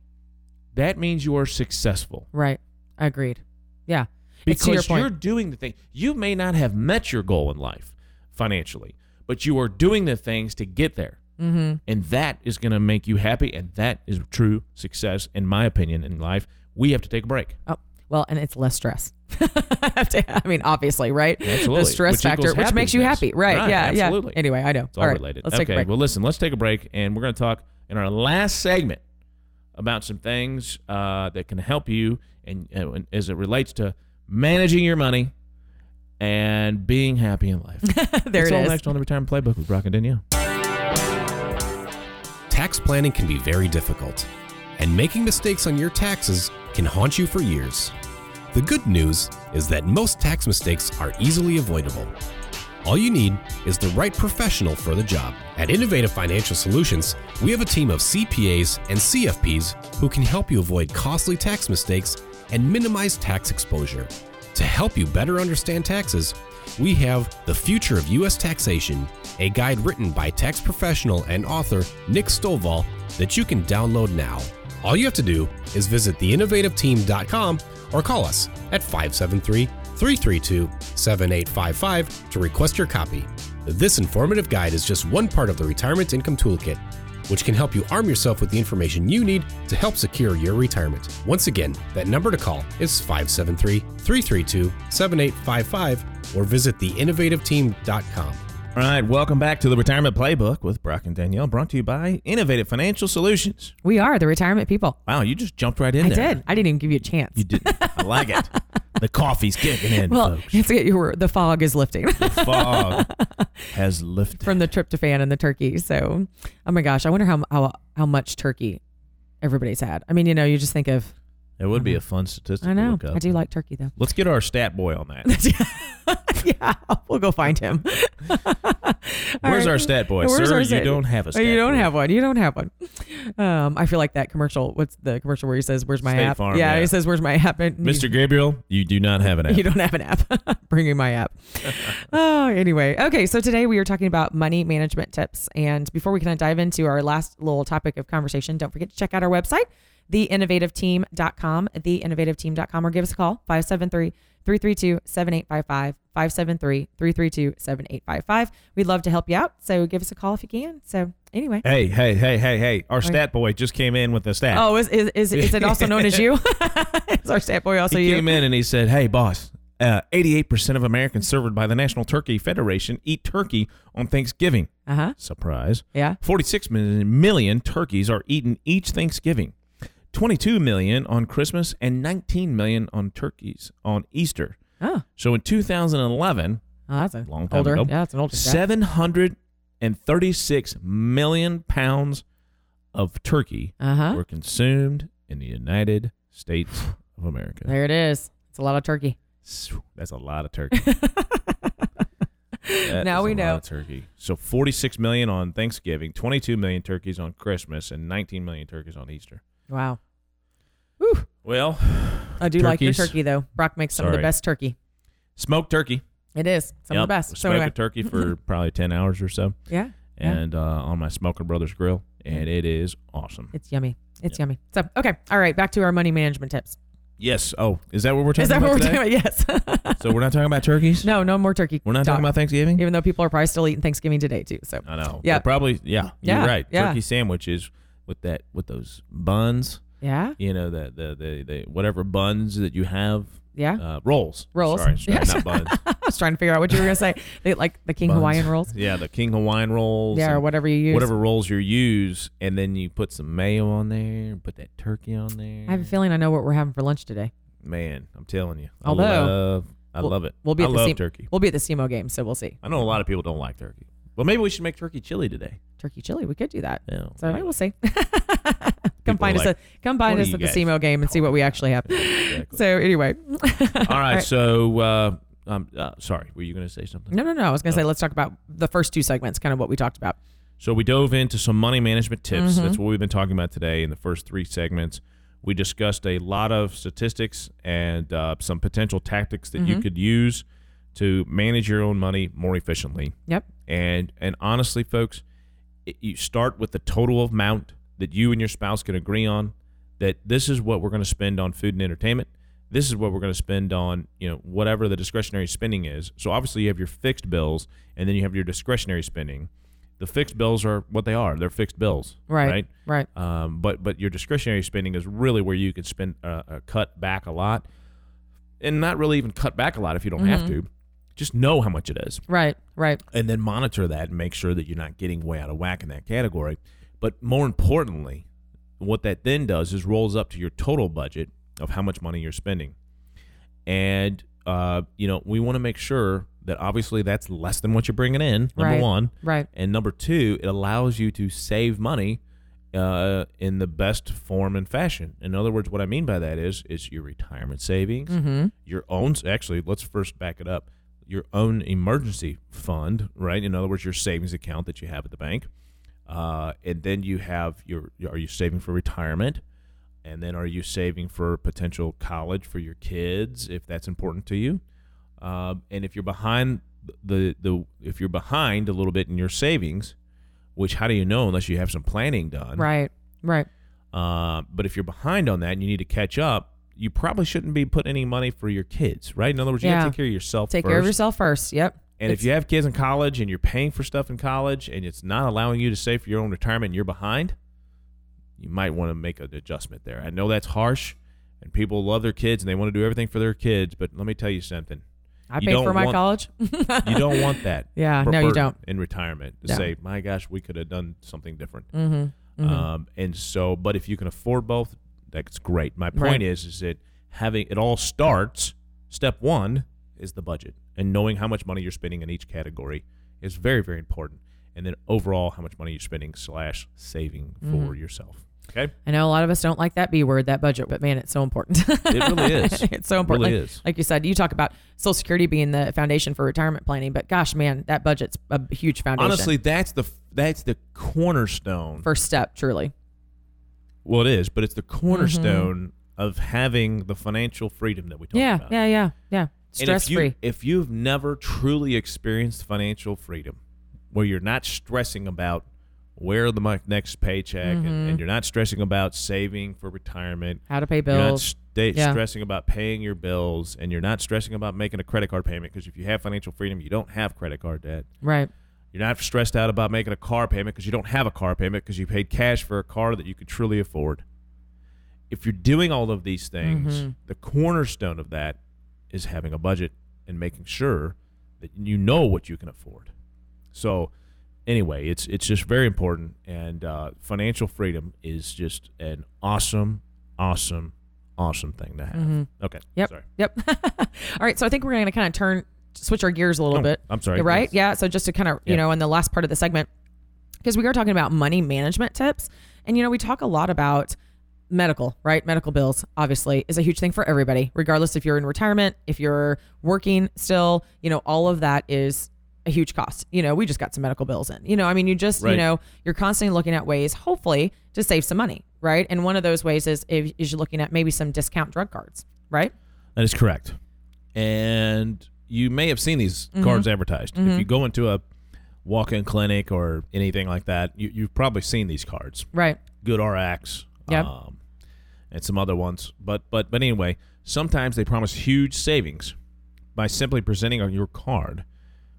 S5: that means you are successful
S4: right, agreed. Yeah, It's to your
S5: because
S4: point.
S5: you're doing the thing. You may not have met your goal in life financially, but you are doing the things to get there. Mm-hmm. And that is going to make you happy. And that is true success, in my opinion, in life. We have to take a break.
S4: Oh, well, and it's less stress. I mean, obviously, right?
S5: Absolutely.
S4: The stress
S5: Which
S4: factor,
S5: equals
S4: which makes you
S5: happiness.
S4: happy, right?
S5: Right,
S4: yeah,
S5: absolutely.
S4: yeah. Anyway, I know.
S5: It's all, related.
S4: Let's
S5: okay.
S4: take a break.
S5: Well, listen, let's take a break. And we're going to talk in our last segment about some things uh, that can help you and, and as it relates to managing your money and being happy in life.
S4: there
S5: it's
S4: it
S5: all
S4: is.
S5: next on the Retirement Playbook with Brock and Danielle.
S1: Tax planning can be very difficult, and making mistakes on your taxes can haunt you for years. The good news is that most tax mistakes are easily avoidable. All you need is the right professional for the job. At Innovative Financial Solutions, we have a team of CPAs and CFPs who can help you avoid costly tax mistakes and minimize tax exposure. To help you better understand taxes, we have The Future of U.S. Taxation, a guide written by tax professional and author Nick Stovall that you can download now. All you have to do is visit theinnovativeteam.com or call us at 573 332 7855 to request your copy. This informative guide is just one part of the Retirement Income Toolkit, which can help you arm yourself with the information you need to help secure your retirement. Once again, that number to call is 573 332 7855 or visit theinnovativeteam.com.
S5: All right, welcome back to the Retirement Playbook with Brock and Danielle, brought to you by Innovative Financial Solutions.
S4: We are the retirement people.
S5: Wow, you just jumped right in
S4: I
S5: there.
S4: did. I didn't even give you a chance.
S5: You did. I like it. The coffee's kicking in,
S4: well,
S5: folks.
S4: it's, you were, the fog is lifting
S5: The fog has lifted.
S4: from the tryptophan and the turkey. So, oh my gosh, I wonder how how, how much turkey everybody's had. I mean, you know, you just think of.
S5: it would be a fun statistic
S4: Mm-hmm. I
S5: to
S4: know.
S5: look up.
S4: I do like turkey though.
S5: Let's get our stat boy on that.
S4: yeah, we'll go find him.
S5: Where's
S4: right.
S5: our stat boy?
S4: Where's
S5: Sir,
S4: our
S5: you
S4: stat-
S5: don't have a
S4: Oh,
S5: stat
S4: you don't
S5: boy.
S4: have one. You don't have one. Um, I feel like that commercial. What's the commercial where he says, "Where's my
S5: State
S4: app?"
S5: Farm,
S4: yeah,
S5: yeah.
S4: he says, "Where's my app?" And you-
S5: Mr. Gabriel, you do not have an app.
S4: You don't have an app. Bringing my app. oh, anyway. Okay, so today we are talking about money management tips. And before we kind of dive into our last little topic of conversation, don't forget to check out our website, theinnovativeteam.com, theinnovativeteam.com, or give us a call, 573 332 7855. 573 332 7855. We'd love to help you out. So give us a call if you can. So, anyway.
S5: Hey, hey, hey, hey, hey. Our stat boy just came in with a stat.
S4: Oh, is, is, is, is it also known as you? is our stat boy also
S5: he
S4: you?
S5: came in and he said, "Hey, boss, uh, 88% of Americans served by the National Turkey Federation eat turkey on Thanksgiving.
S4: Uh huh.
S5: Surprise!
S4: Yeah.
S5: 46 million million turkeys are eaten each Thanksgiving. 22 million on Christmas and 19 million on turkeys on Easter.
S4: Oh,
S5: So in 2011,
S4: oh that's a
S5: Long time
S4: older.
S5: ago.
S4: Yeah, that's an older stat.
S5: 736 million pounds of turkey
S4: Uh huh.
S5: were consumed in the United States of America.
S4: There it is. It's a lot of turkey.
S5: Phew, That's a lot of turkey. That
S4: Now
S5: is
S4: we
S5: a lot
S4: know.
S5: of turkey. So 46 million on Thanksgiving, 22 million turkeys on Christmas, and 19 million turkeys on Easter.
S4: Wow.
S5: Well,
S4: I do like your
S5: Turkeys.
S4: turkey though. Brock makes some of
S5: Sorry.
S4: the best turkey.
S5: smoked turkey.
S4: It is some
S5: Yep.
S4: of the best. So
S5: Smoked
S4: anyway,
S5: a turkey for probably 10 hours or so,
S4: yeah, Yeah.
S5: and uh, on my Smoker Brothers grill, and it is awesome.
S4: it's yummy. It's yummy. So okay, all right. Back to our money management tips.
S5: Yes. Oh, is that what we're talking
S4: Is that
S5: about
S4: what we're
S5: today?
S4: talking about? Yes.
S5: So we're not talking about turkeys.
S4: no, no more turkey.
S5: we're not talking
S4: talk,
S5: about Thanksgiving.
S4: Even though people are probably still eating Thanksgiving today too. So
S5: I know.
S4: Yeah.
S5: Well, probably. Yeah.
S4: Yeah,
S5: You're right.
S4: yeah.
S5: Turkey sandwiches with that with those buns.
S4: yeah,
S5: You know the the the, the whatever buns that you have.
S4: yeah.
S5: Uh, rolls.
S4: Rolls.
S5: Sorry, sorry,
S4: Yes.
S5: not buns.
S4: I was trying to figure out what you were gonna say. They like the King
S5: Buns.
S4: Hawaiian rolls.
S5: Yeah, the King Hawaiian rolls.
S4: Yeah, or
S5: and
S4: whatever you use.
S5: Whatever rolls you use, and then you put some mayo on there, put that turkey on there.
S4: I have a feeling I know what we're having for lunch today.
S5: Man, I'm telling you,
S4: Although-
S5: I love, I
S4: We'll-
S5: love it.
S4: We'll be
S5: I
S4: at the
S5: love
S4: same-
S5: turkey.
S4: We'll be at the SEMO game, so we'll see.
S5: I know a lot of people don't like turkey. Well, maybe we should make turkey chili today.
S4: Turkey chili, we could do that.
S5: Yeah.
S4: So
S5: anyway.
S4: we'll see. come
S5: People
S4: find
S5: are
S4: us
S5: like,
S4: at come find
S5: "What are
S4: us
S5: you
S4: at the
S5: guys
S4: SEMO game and see what we actually have.
S5: Exactly.
S4: So anyway,
S5: All right,
S4: right.
S5: so uh, um, uh, sorry, were you going to say something?
S4: no, no, no. I was gonna say
S5: Oh.
S4: let's talk about the first two segments, kind of what we talked about.
S5: So we dove into some money management tips. That's what we've been talking about today in the first three segments. We discussed a lot of statistics and uh, some potential tactics that you could use to manage your own money more efficiently.
S4: Yep.
S5: And and honestly, folks, it, you start with the total amount that you and your spouse can agree on. That this is what we're going to spend on food and entertainment. This is what we're going to spend on, you know, whatever the discretionary spending is. So obviously, you have your fixed bills, and then you have your discretionary spending. The fixed bills are what they are; they're fixed bills,
S4: Right.
S5: Right.
S4: Right.
S5: Um, but but your discretionary spending is really where you can spend uh, uh, cut back a lot, and not really even cut back a lot if you don't have to. Just know how much it is
S4: Right. Right.
S5: and then monitor that and make sure that you're not getting way out of whack in that category. But more importantly, what that then does is rolls up to your total budget of how much money you're spending. And, uh, you know, we want to make sure that obviously that's less than what you're bringing in, number
S4: Right.
S5: one.
S4: Right.
S5: And number two, it allows you to save money uh, in the best form and fashion. In other words, what I mean by that is it's your retirement savings,
S4: Mm-hmm.
S5: your own. Actually, let's first back it up. Your own emergency fund, right? In other words, your savings account that you have at the bank, uh, and then you have your. Are you saving for retirement? And then are you saving for potential college for your kids if that's important to you? Um, and if you're behind the the if you're behind a little bit in your savings, which how do you know unless you have some planning done?
S4: Right. Right.
S5: Uh, but if you're behind on that and you need to catch up, you probably shouldn't be putting any money for your kids, right? In other words, you got
S4: Yeah.
S5: to take care of yourself.
S4: Take
S5: first.
S4: care of yourself first. Yep.
S5: And if
S4: It's-
S5: you have kids in college and you're paying for stuff in college and it's not allowing you to save for your own retirement and you're behind, you might want to make an adjustment there. I know that's harsh and people love their kids and they want to do everything for their kids, but let me tell you something.
S4: I
S5: You
S4: paid
S5: don't
S4: for my
S5: want-
S4: college.
S5: You don't want that.
S4: Yeah,
S5: for
S4: no, you
S5: burden
S4: don't.
S5: In retirement, to
S4: No.
S5: say, my gosh, we could have done something different.
S4: Mm-hmm.
S5: Um, and so, but if you can afford both, that's great. My point
S4: Right.
S5: is, is that having it all starts. Step one is the budget, and knowing how much money you're spending in each category is very, very important. And then overall, how much money you're spending slash saving
S4: Mm-hmm.
S5: for yourself. Okay,
S4: I know a lot of us don't like that B word, that budget, but man, it's so important.
S5: it really is.
S4: it's so important.
S5: It really
S4: like,
S5: is.
S4: like you said, you talk about Social Security being the foundation for retirement planning, but gosh, man, that budget's a huge foundation.
S5: Honestly, that's the that's the cornerstone
S4: first step, truly.
S5: Well, it is, but it's the cornerstone of having the financial freedom that we talk
S4: Mm-hmm. Yeah,
S5: about.
S4: yeah, yeah, yeah.
S5: And if
S4: Stress
S5: you-
S4: free.
S5: If you've never truly experienced financial freedom, where you're not stressing about where the mo- next paycheck,
S4: Mm-hmm.
S5: and, and you're not stressing about saving for retirement,
S4: How to pay
S5: you're not
S4: bills.
S5: sta
S4: Yeah.
S5: stressing about paying your bills, and you're not stressing about making a credit card payment because if you have financial freedom, you don't have credit card debt.
S4: right.
S5: You're not stressed out about making a car payment because you don't have a car payment because you paid cash for a car that you could truly afford. If you're doing all of these things, the cornerstone of that is having a budget and making sure that you know what you can afford. So, anyway, it's it's just very important, and uh, financial freedom is just an awesome, awesome, awesome thing to have. Okay.
S4: Yep.
S5: Sorry.
S4: Yep. All right. So I think we're going to kind of turn, switch our gears a little
S5: Oh,
S4: bit.
S5: I'm sorry.
S4: Right?
S5: Yes.
S4: Yeah. So just to kind of, you
S5: Yeah.
S4: know, in the last part of the segment, because we are talking about money management tips. And, you know, we talk a lot about medical, right? Medical bills, obviously, is a huge thing for everybody, regardless if you're in retirement, if you're working still, you know, all of that is a huge cost. You know, we just got some medical bills in. You know, I mean, you just, you
S5: Right.
S4: know, you're constantly looking at ways, hopefully, to save some money, right? And one of those ways is, if, is you're looking at maybe some discount drug cards, right?
S5: That is correct. And you may have seen these
S4: Mm-hmm.
S5: cards advertised. If you go into a walk in clinic or anything like that, you, you've probably seen these cards.
S4: Right.
S5: Good RX.
S4: Yep.
S5: Um, and some other ones. But but but anyway, sometimes they promise huge savings by simply presenting on your card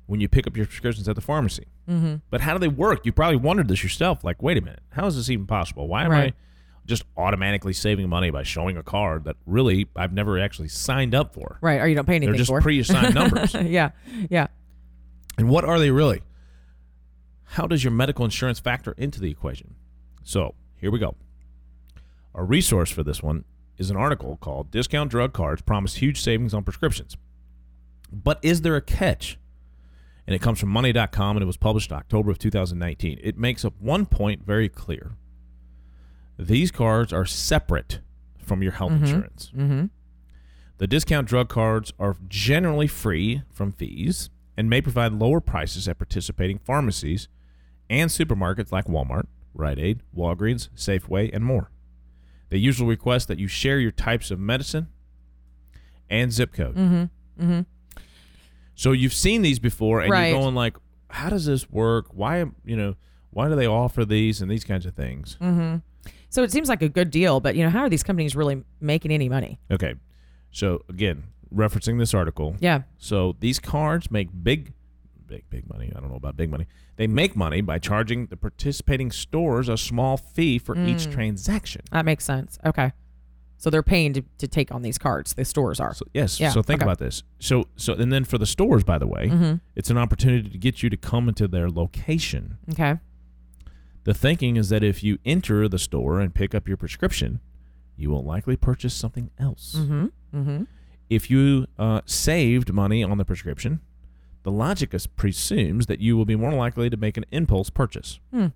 S5: when you pick up your prescriptions at the pharmacy. Mm-hmm. But how do they work? You probably wondered this yourself. Like, wait a minute, how is this even possible? Why am I
S4: Right.
S5: just automatically saving money by showing a card that really I've never actually signed up for?
S4: Right. Or you don't pay anything
S5: They're just
S4: for.
S5: pre-assigned numbers.
S4: yeah. Yeah.
S5: And what are they really? How does your medical insurance factor into the equation? So here we go. A resource for this one is an article called Discount Drug Cards Promise Huge Savings on Prescriptions. But is there a catch? And it comes from money.com and it was published October of 2019. It makes up one point very clear. These cards are separate from your health insurance.
S4: Mm-hmm.
S5: The discount drug cards are generally free from fees and may provide lower prices at participating pharmacies and supermarkets like Walmart, Rite Aid, Walgreens, Safeway, and more. They usually request that you share your types of medicine and zip code. Mm-hmm. Mm-hmm. So you've seen these before, and
S4: Right.
S5: you're going like, "How does this work? Why, am- you know, why do they offer these and these kinds of things?"
S4: So it seems like a good deal, but you know, how are these companies really making any money?
S5: Okay, so again, referencing this article,
S4: Yeah.
S5: So these cards make big, big, big money. I don't know about big money. They make money by charging the participating stores a small fee for
S4: Mm.
S5: each transaction.
S4: That makes sense. Okay. So they're paying to, to take on these cards. The stores are.
S5: So, yes.
S4: Yeah,
S5: so think
S4: okay. Mm-hmm.
S5: about this. So so and then for the stores, by the way, it's an opportunity to get you to come into their location.
S4: Okay.
S5: The thinking is that if you enter the store and pick up your prescription, you will likely purchase something else.
S4: Mm-hmm. Mm-hmm.
S5: If you uh, saved money on the prescription, the logic is presumes that you will be more likely to make an impulse purchase.
S4: Hmm.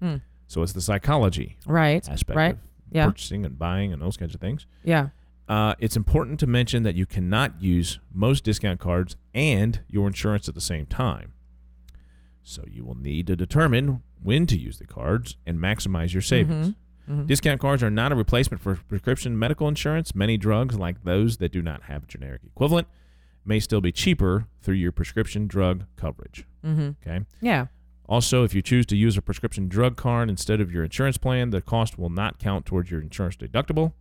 S4: Hmm.
S5: So it's the psychology
S4: Right.
S5: aspect
S4: Right.
S5: of
S4: Yeah.
S5: purchasing and buying and those kinds of things.
S4: Yeah.
S5: Uh, it's important to mention that you cannot use most discount cards and your insurance at the same time. So you will need to determine when to use the cards and maximize your savings. Discount cards are not a replacement for prescription medical insurance. Many drugs, like those that do not have a generic equivalent, may still be cheaper through your prescription drug coverage.
S4: Mm-hmm.
S5: Okay.
S4: Yeah.
S5: Also, if you choose to use a prescription drug card instead of your insurance plan, the cost will not count towards your insurance deductible.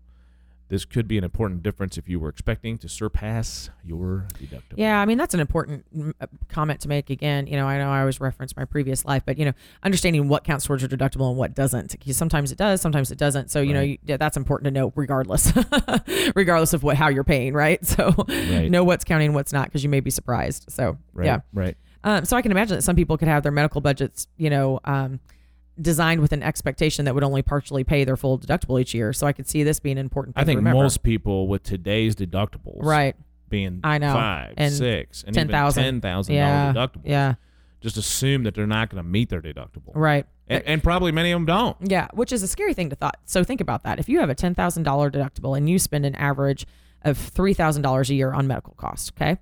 S5: This could be an important difference if you were expecting to surpass your deductible.
S4: Yeah, I mean that's an important mm, uh, comment to make. Again, you know, I know I always reference my previous life, but you know, understanding what counts towards your deductible and what doesn't. 'Cause sometimes it does, sometimes it doesn't. So you know,
S5: Right.
S4: you, yeah, that's important to know, regardless, regardless of what how you're paying, right? So
S5: Right.
S4: know what's counting, and what's not, because you may be surprised. So
S5: Right.
S4: yeah,
S5: Right.
S4: um, so I can imagine that some people could have their medical budgets, you know, um, designed with an expectation that would only partially pay their full deductible each year. So I could see this being an important. Thing
S5: I think
S4: to remember.
S5: most people with today's deductibles,
S4: right
S5: being
S4: I know.
S5: five,
S4: And
S5: six, and even
S4: $10,000.
S5: ten thousand
S4: Yeah.
S5: dollar deductible,
S4: Yeah.
S5: just assume that they're not going to meet their deductible,
S4: Right.
S5: and, and probably many of them don't.
S4: Yeah, which is a scary thing to thought. So think about that. If you have a ten thousand dollar deductible and you spend an average of three thousand dollars a year on medical costs, okay,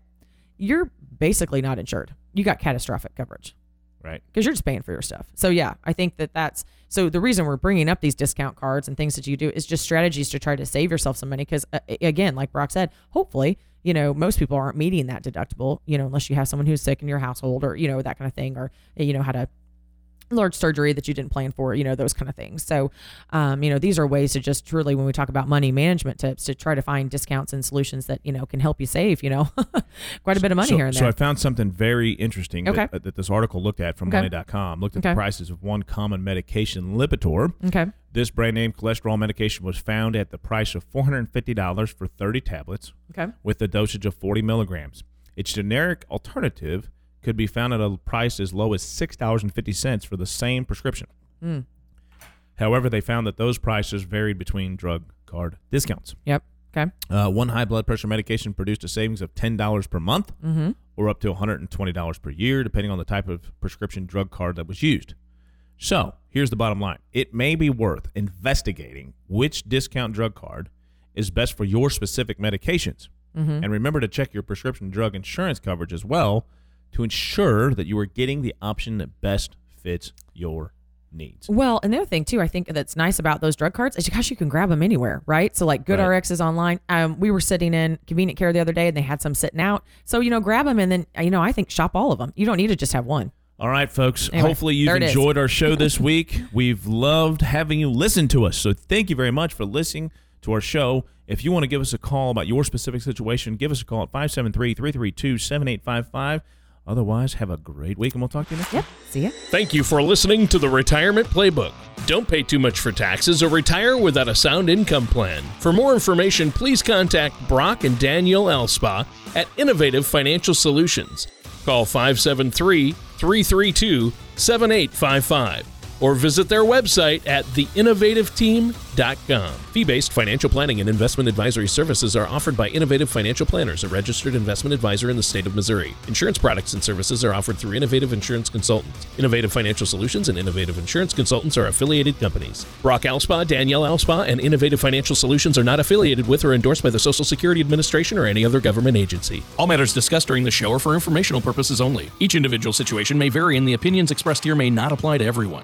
S4: you're basically not insured. You got catastrophic coverage
S5: Right.
S4: because you're just paying for your stuff. So yeah, I think that that's so the reason we're bringing up these discount cards and things that you do is just strategies to try to save yourself some money. Because uh, a- again, like Brock said, hopefully you know most people aren't meeting that deductible. You know, unless you have someone who's sick in your household or you know that kind of thing, or eh, you know how to large surgery that you didn't plan for, you know, those kind of things. So, um, you know, these are ways to just truly, when we talk about money management tips, to try to find discounts and solutions that, you know, can help you save, you know, quite a bit of money
S5: so,
S4: here and
S5: so
S4: there.
S5: I found something very interesting
S4: Okay.
S5: that, uh, that this article looked at from
S4: Okay.
S5: money.com. Looked at
S4: Okay.
S5: the prices of one common medication, Lipitor.
S4: okay.
S5: This brand name cholesterol medication was found at the price of $450 for 30 tablets
S4: Okay.
S5: with a dosage of 40 milligrams. Its generic alternative could be found at a price as low as $6.50 for the same prescription.
S4: Mm.
S5: However, they found that those prices varied between drug card discounts.
S4: Yep. Okay.
S5: Uh, one high blood pressure medication produced a savings of $10 per month
S4: Mm-hmm.
S5: or up to $120 per year, depending on the type of prescription drug card that was used. So here's the bottom line it may be worth investigating which discount drug card is best for your specific medications. And remember to check your prescription drug insurance coverage as well to ensure that you are getting the option that best fits your needs.
S4: Well, and the other thing too, I think that's nice about those drug cards is gosh, you can grab them anywhere, right? So like GoodRx
S5: Right.
S4: is online. Um, we were sitting in convenient care the other day and they had some sitting out. So, you know, grab them and then, you know, I think shop all of them. You don't need to just have one.
S5: All right, folks.
S4: Anyway,
S5: hopefully
S4: there
S5: you've
S4: it is.
S5: enjoyed our show this week. We've loved having you listen to us. So thank you very much for listening to our show. If you want to give us a call about your specific situation, give us a call at 573 332 7855. Otherwise, have a great week and we'll talk to you next week.
S4: Yep. See ya.
S2: Thank you for listening to the Retirement Playbook. Don't pay too much for taxes or retire without a sound income plan. For more information, please contact Brock and Daniel Elspa at Innovative Financial Solutions. Call 573 332 7855 or visit their website at theinnovativeteam.com. Fee based financial planning and investment advisory services are offered by Innovative Financial Planners, a registered investment advisor in the state of Missouri. Insurance products and services are offered through Innovative Insurance Consultants. Innovative Financial Solutions and Innovative Insurance Consultants are affiliated companies. Brock Alspa, Danielle Alspa, and Innovative Financial Solutions are not affiliated with or endorsed by the Social Security Administration or any other government agency.
S7: All matters discussed during the show are for informational purposes only. Each individual situation may vary, and the opinions expressed here may not apply to everyone.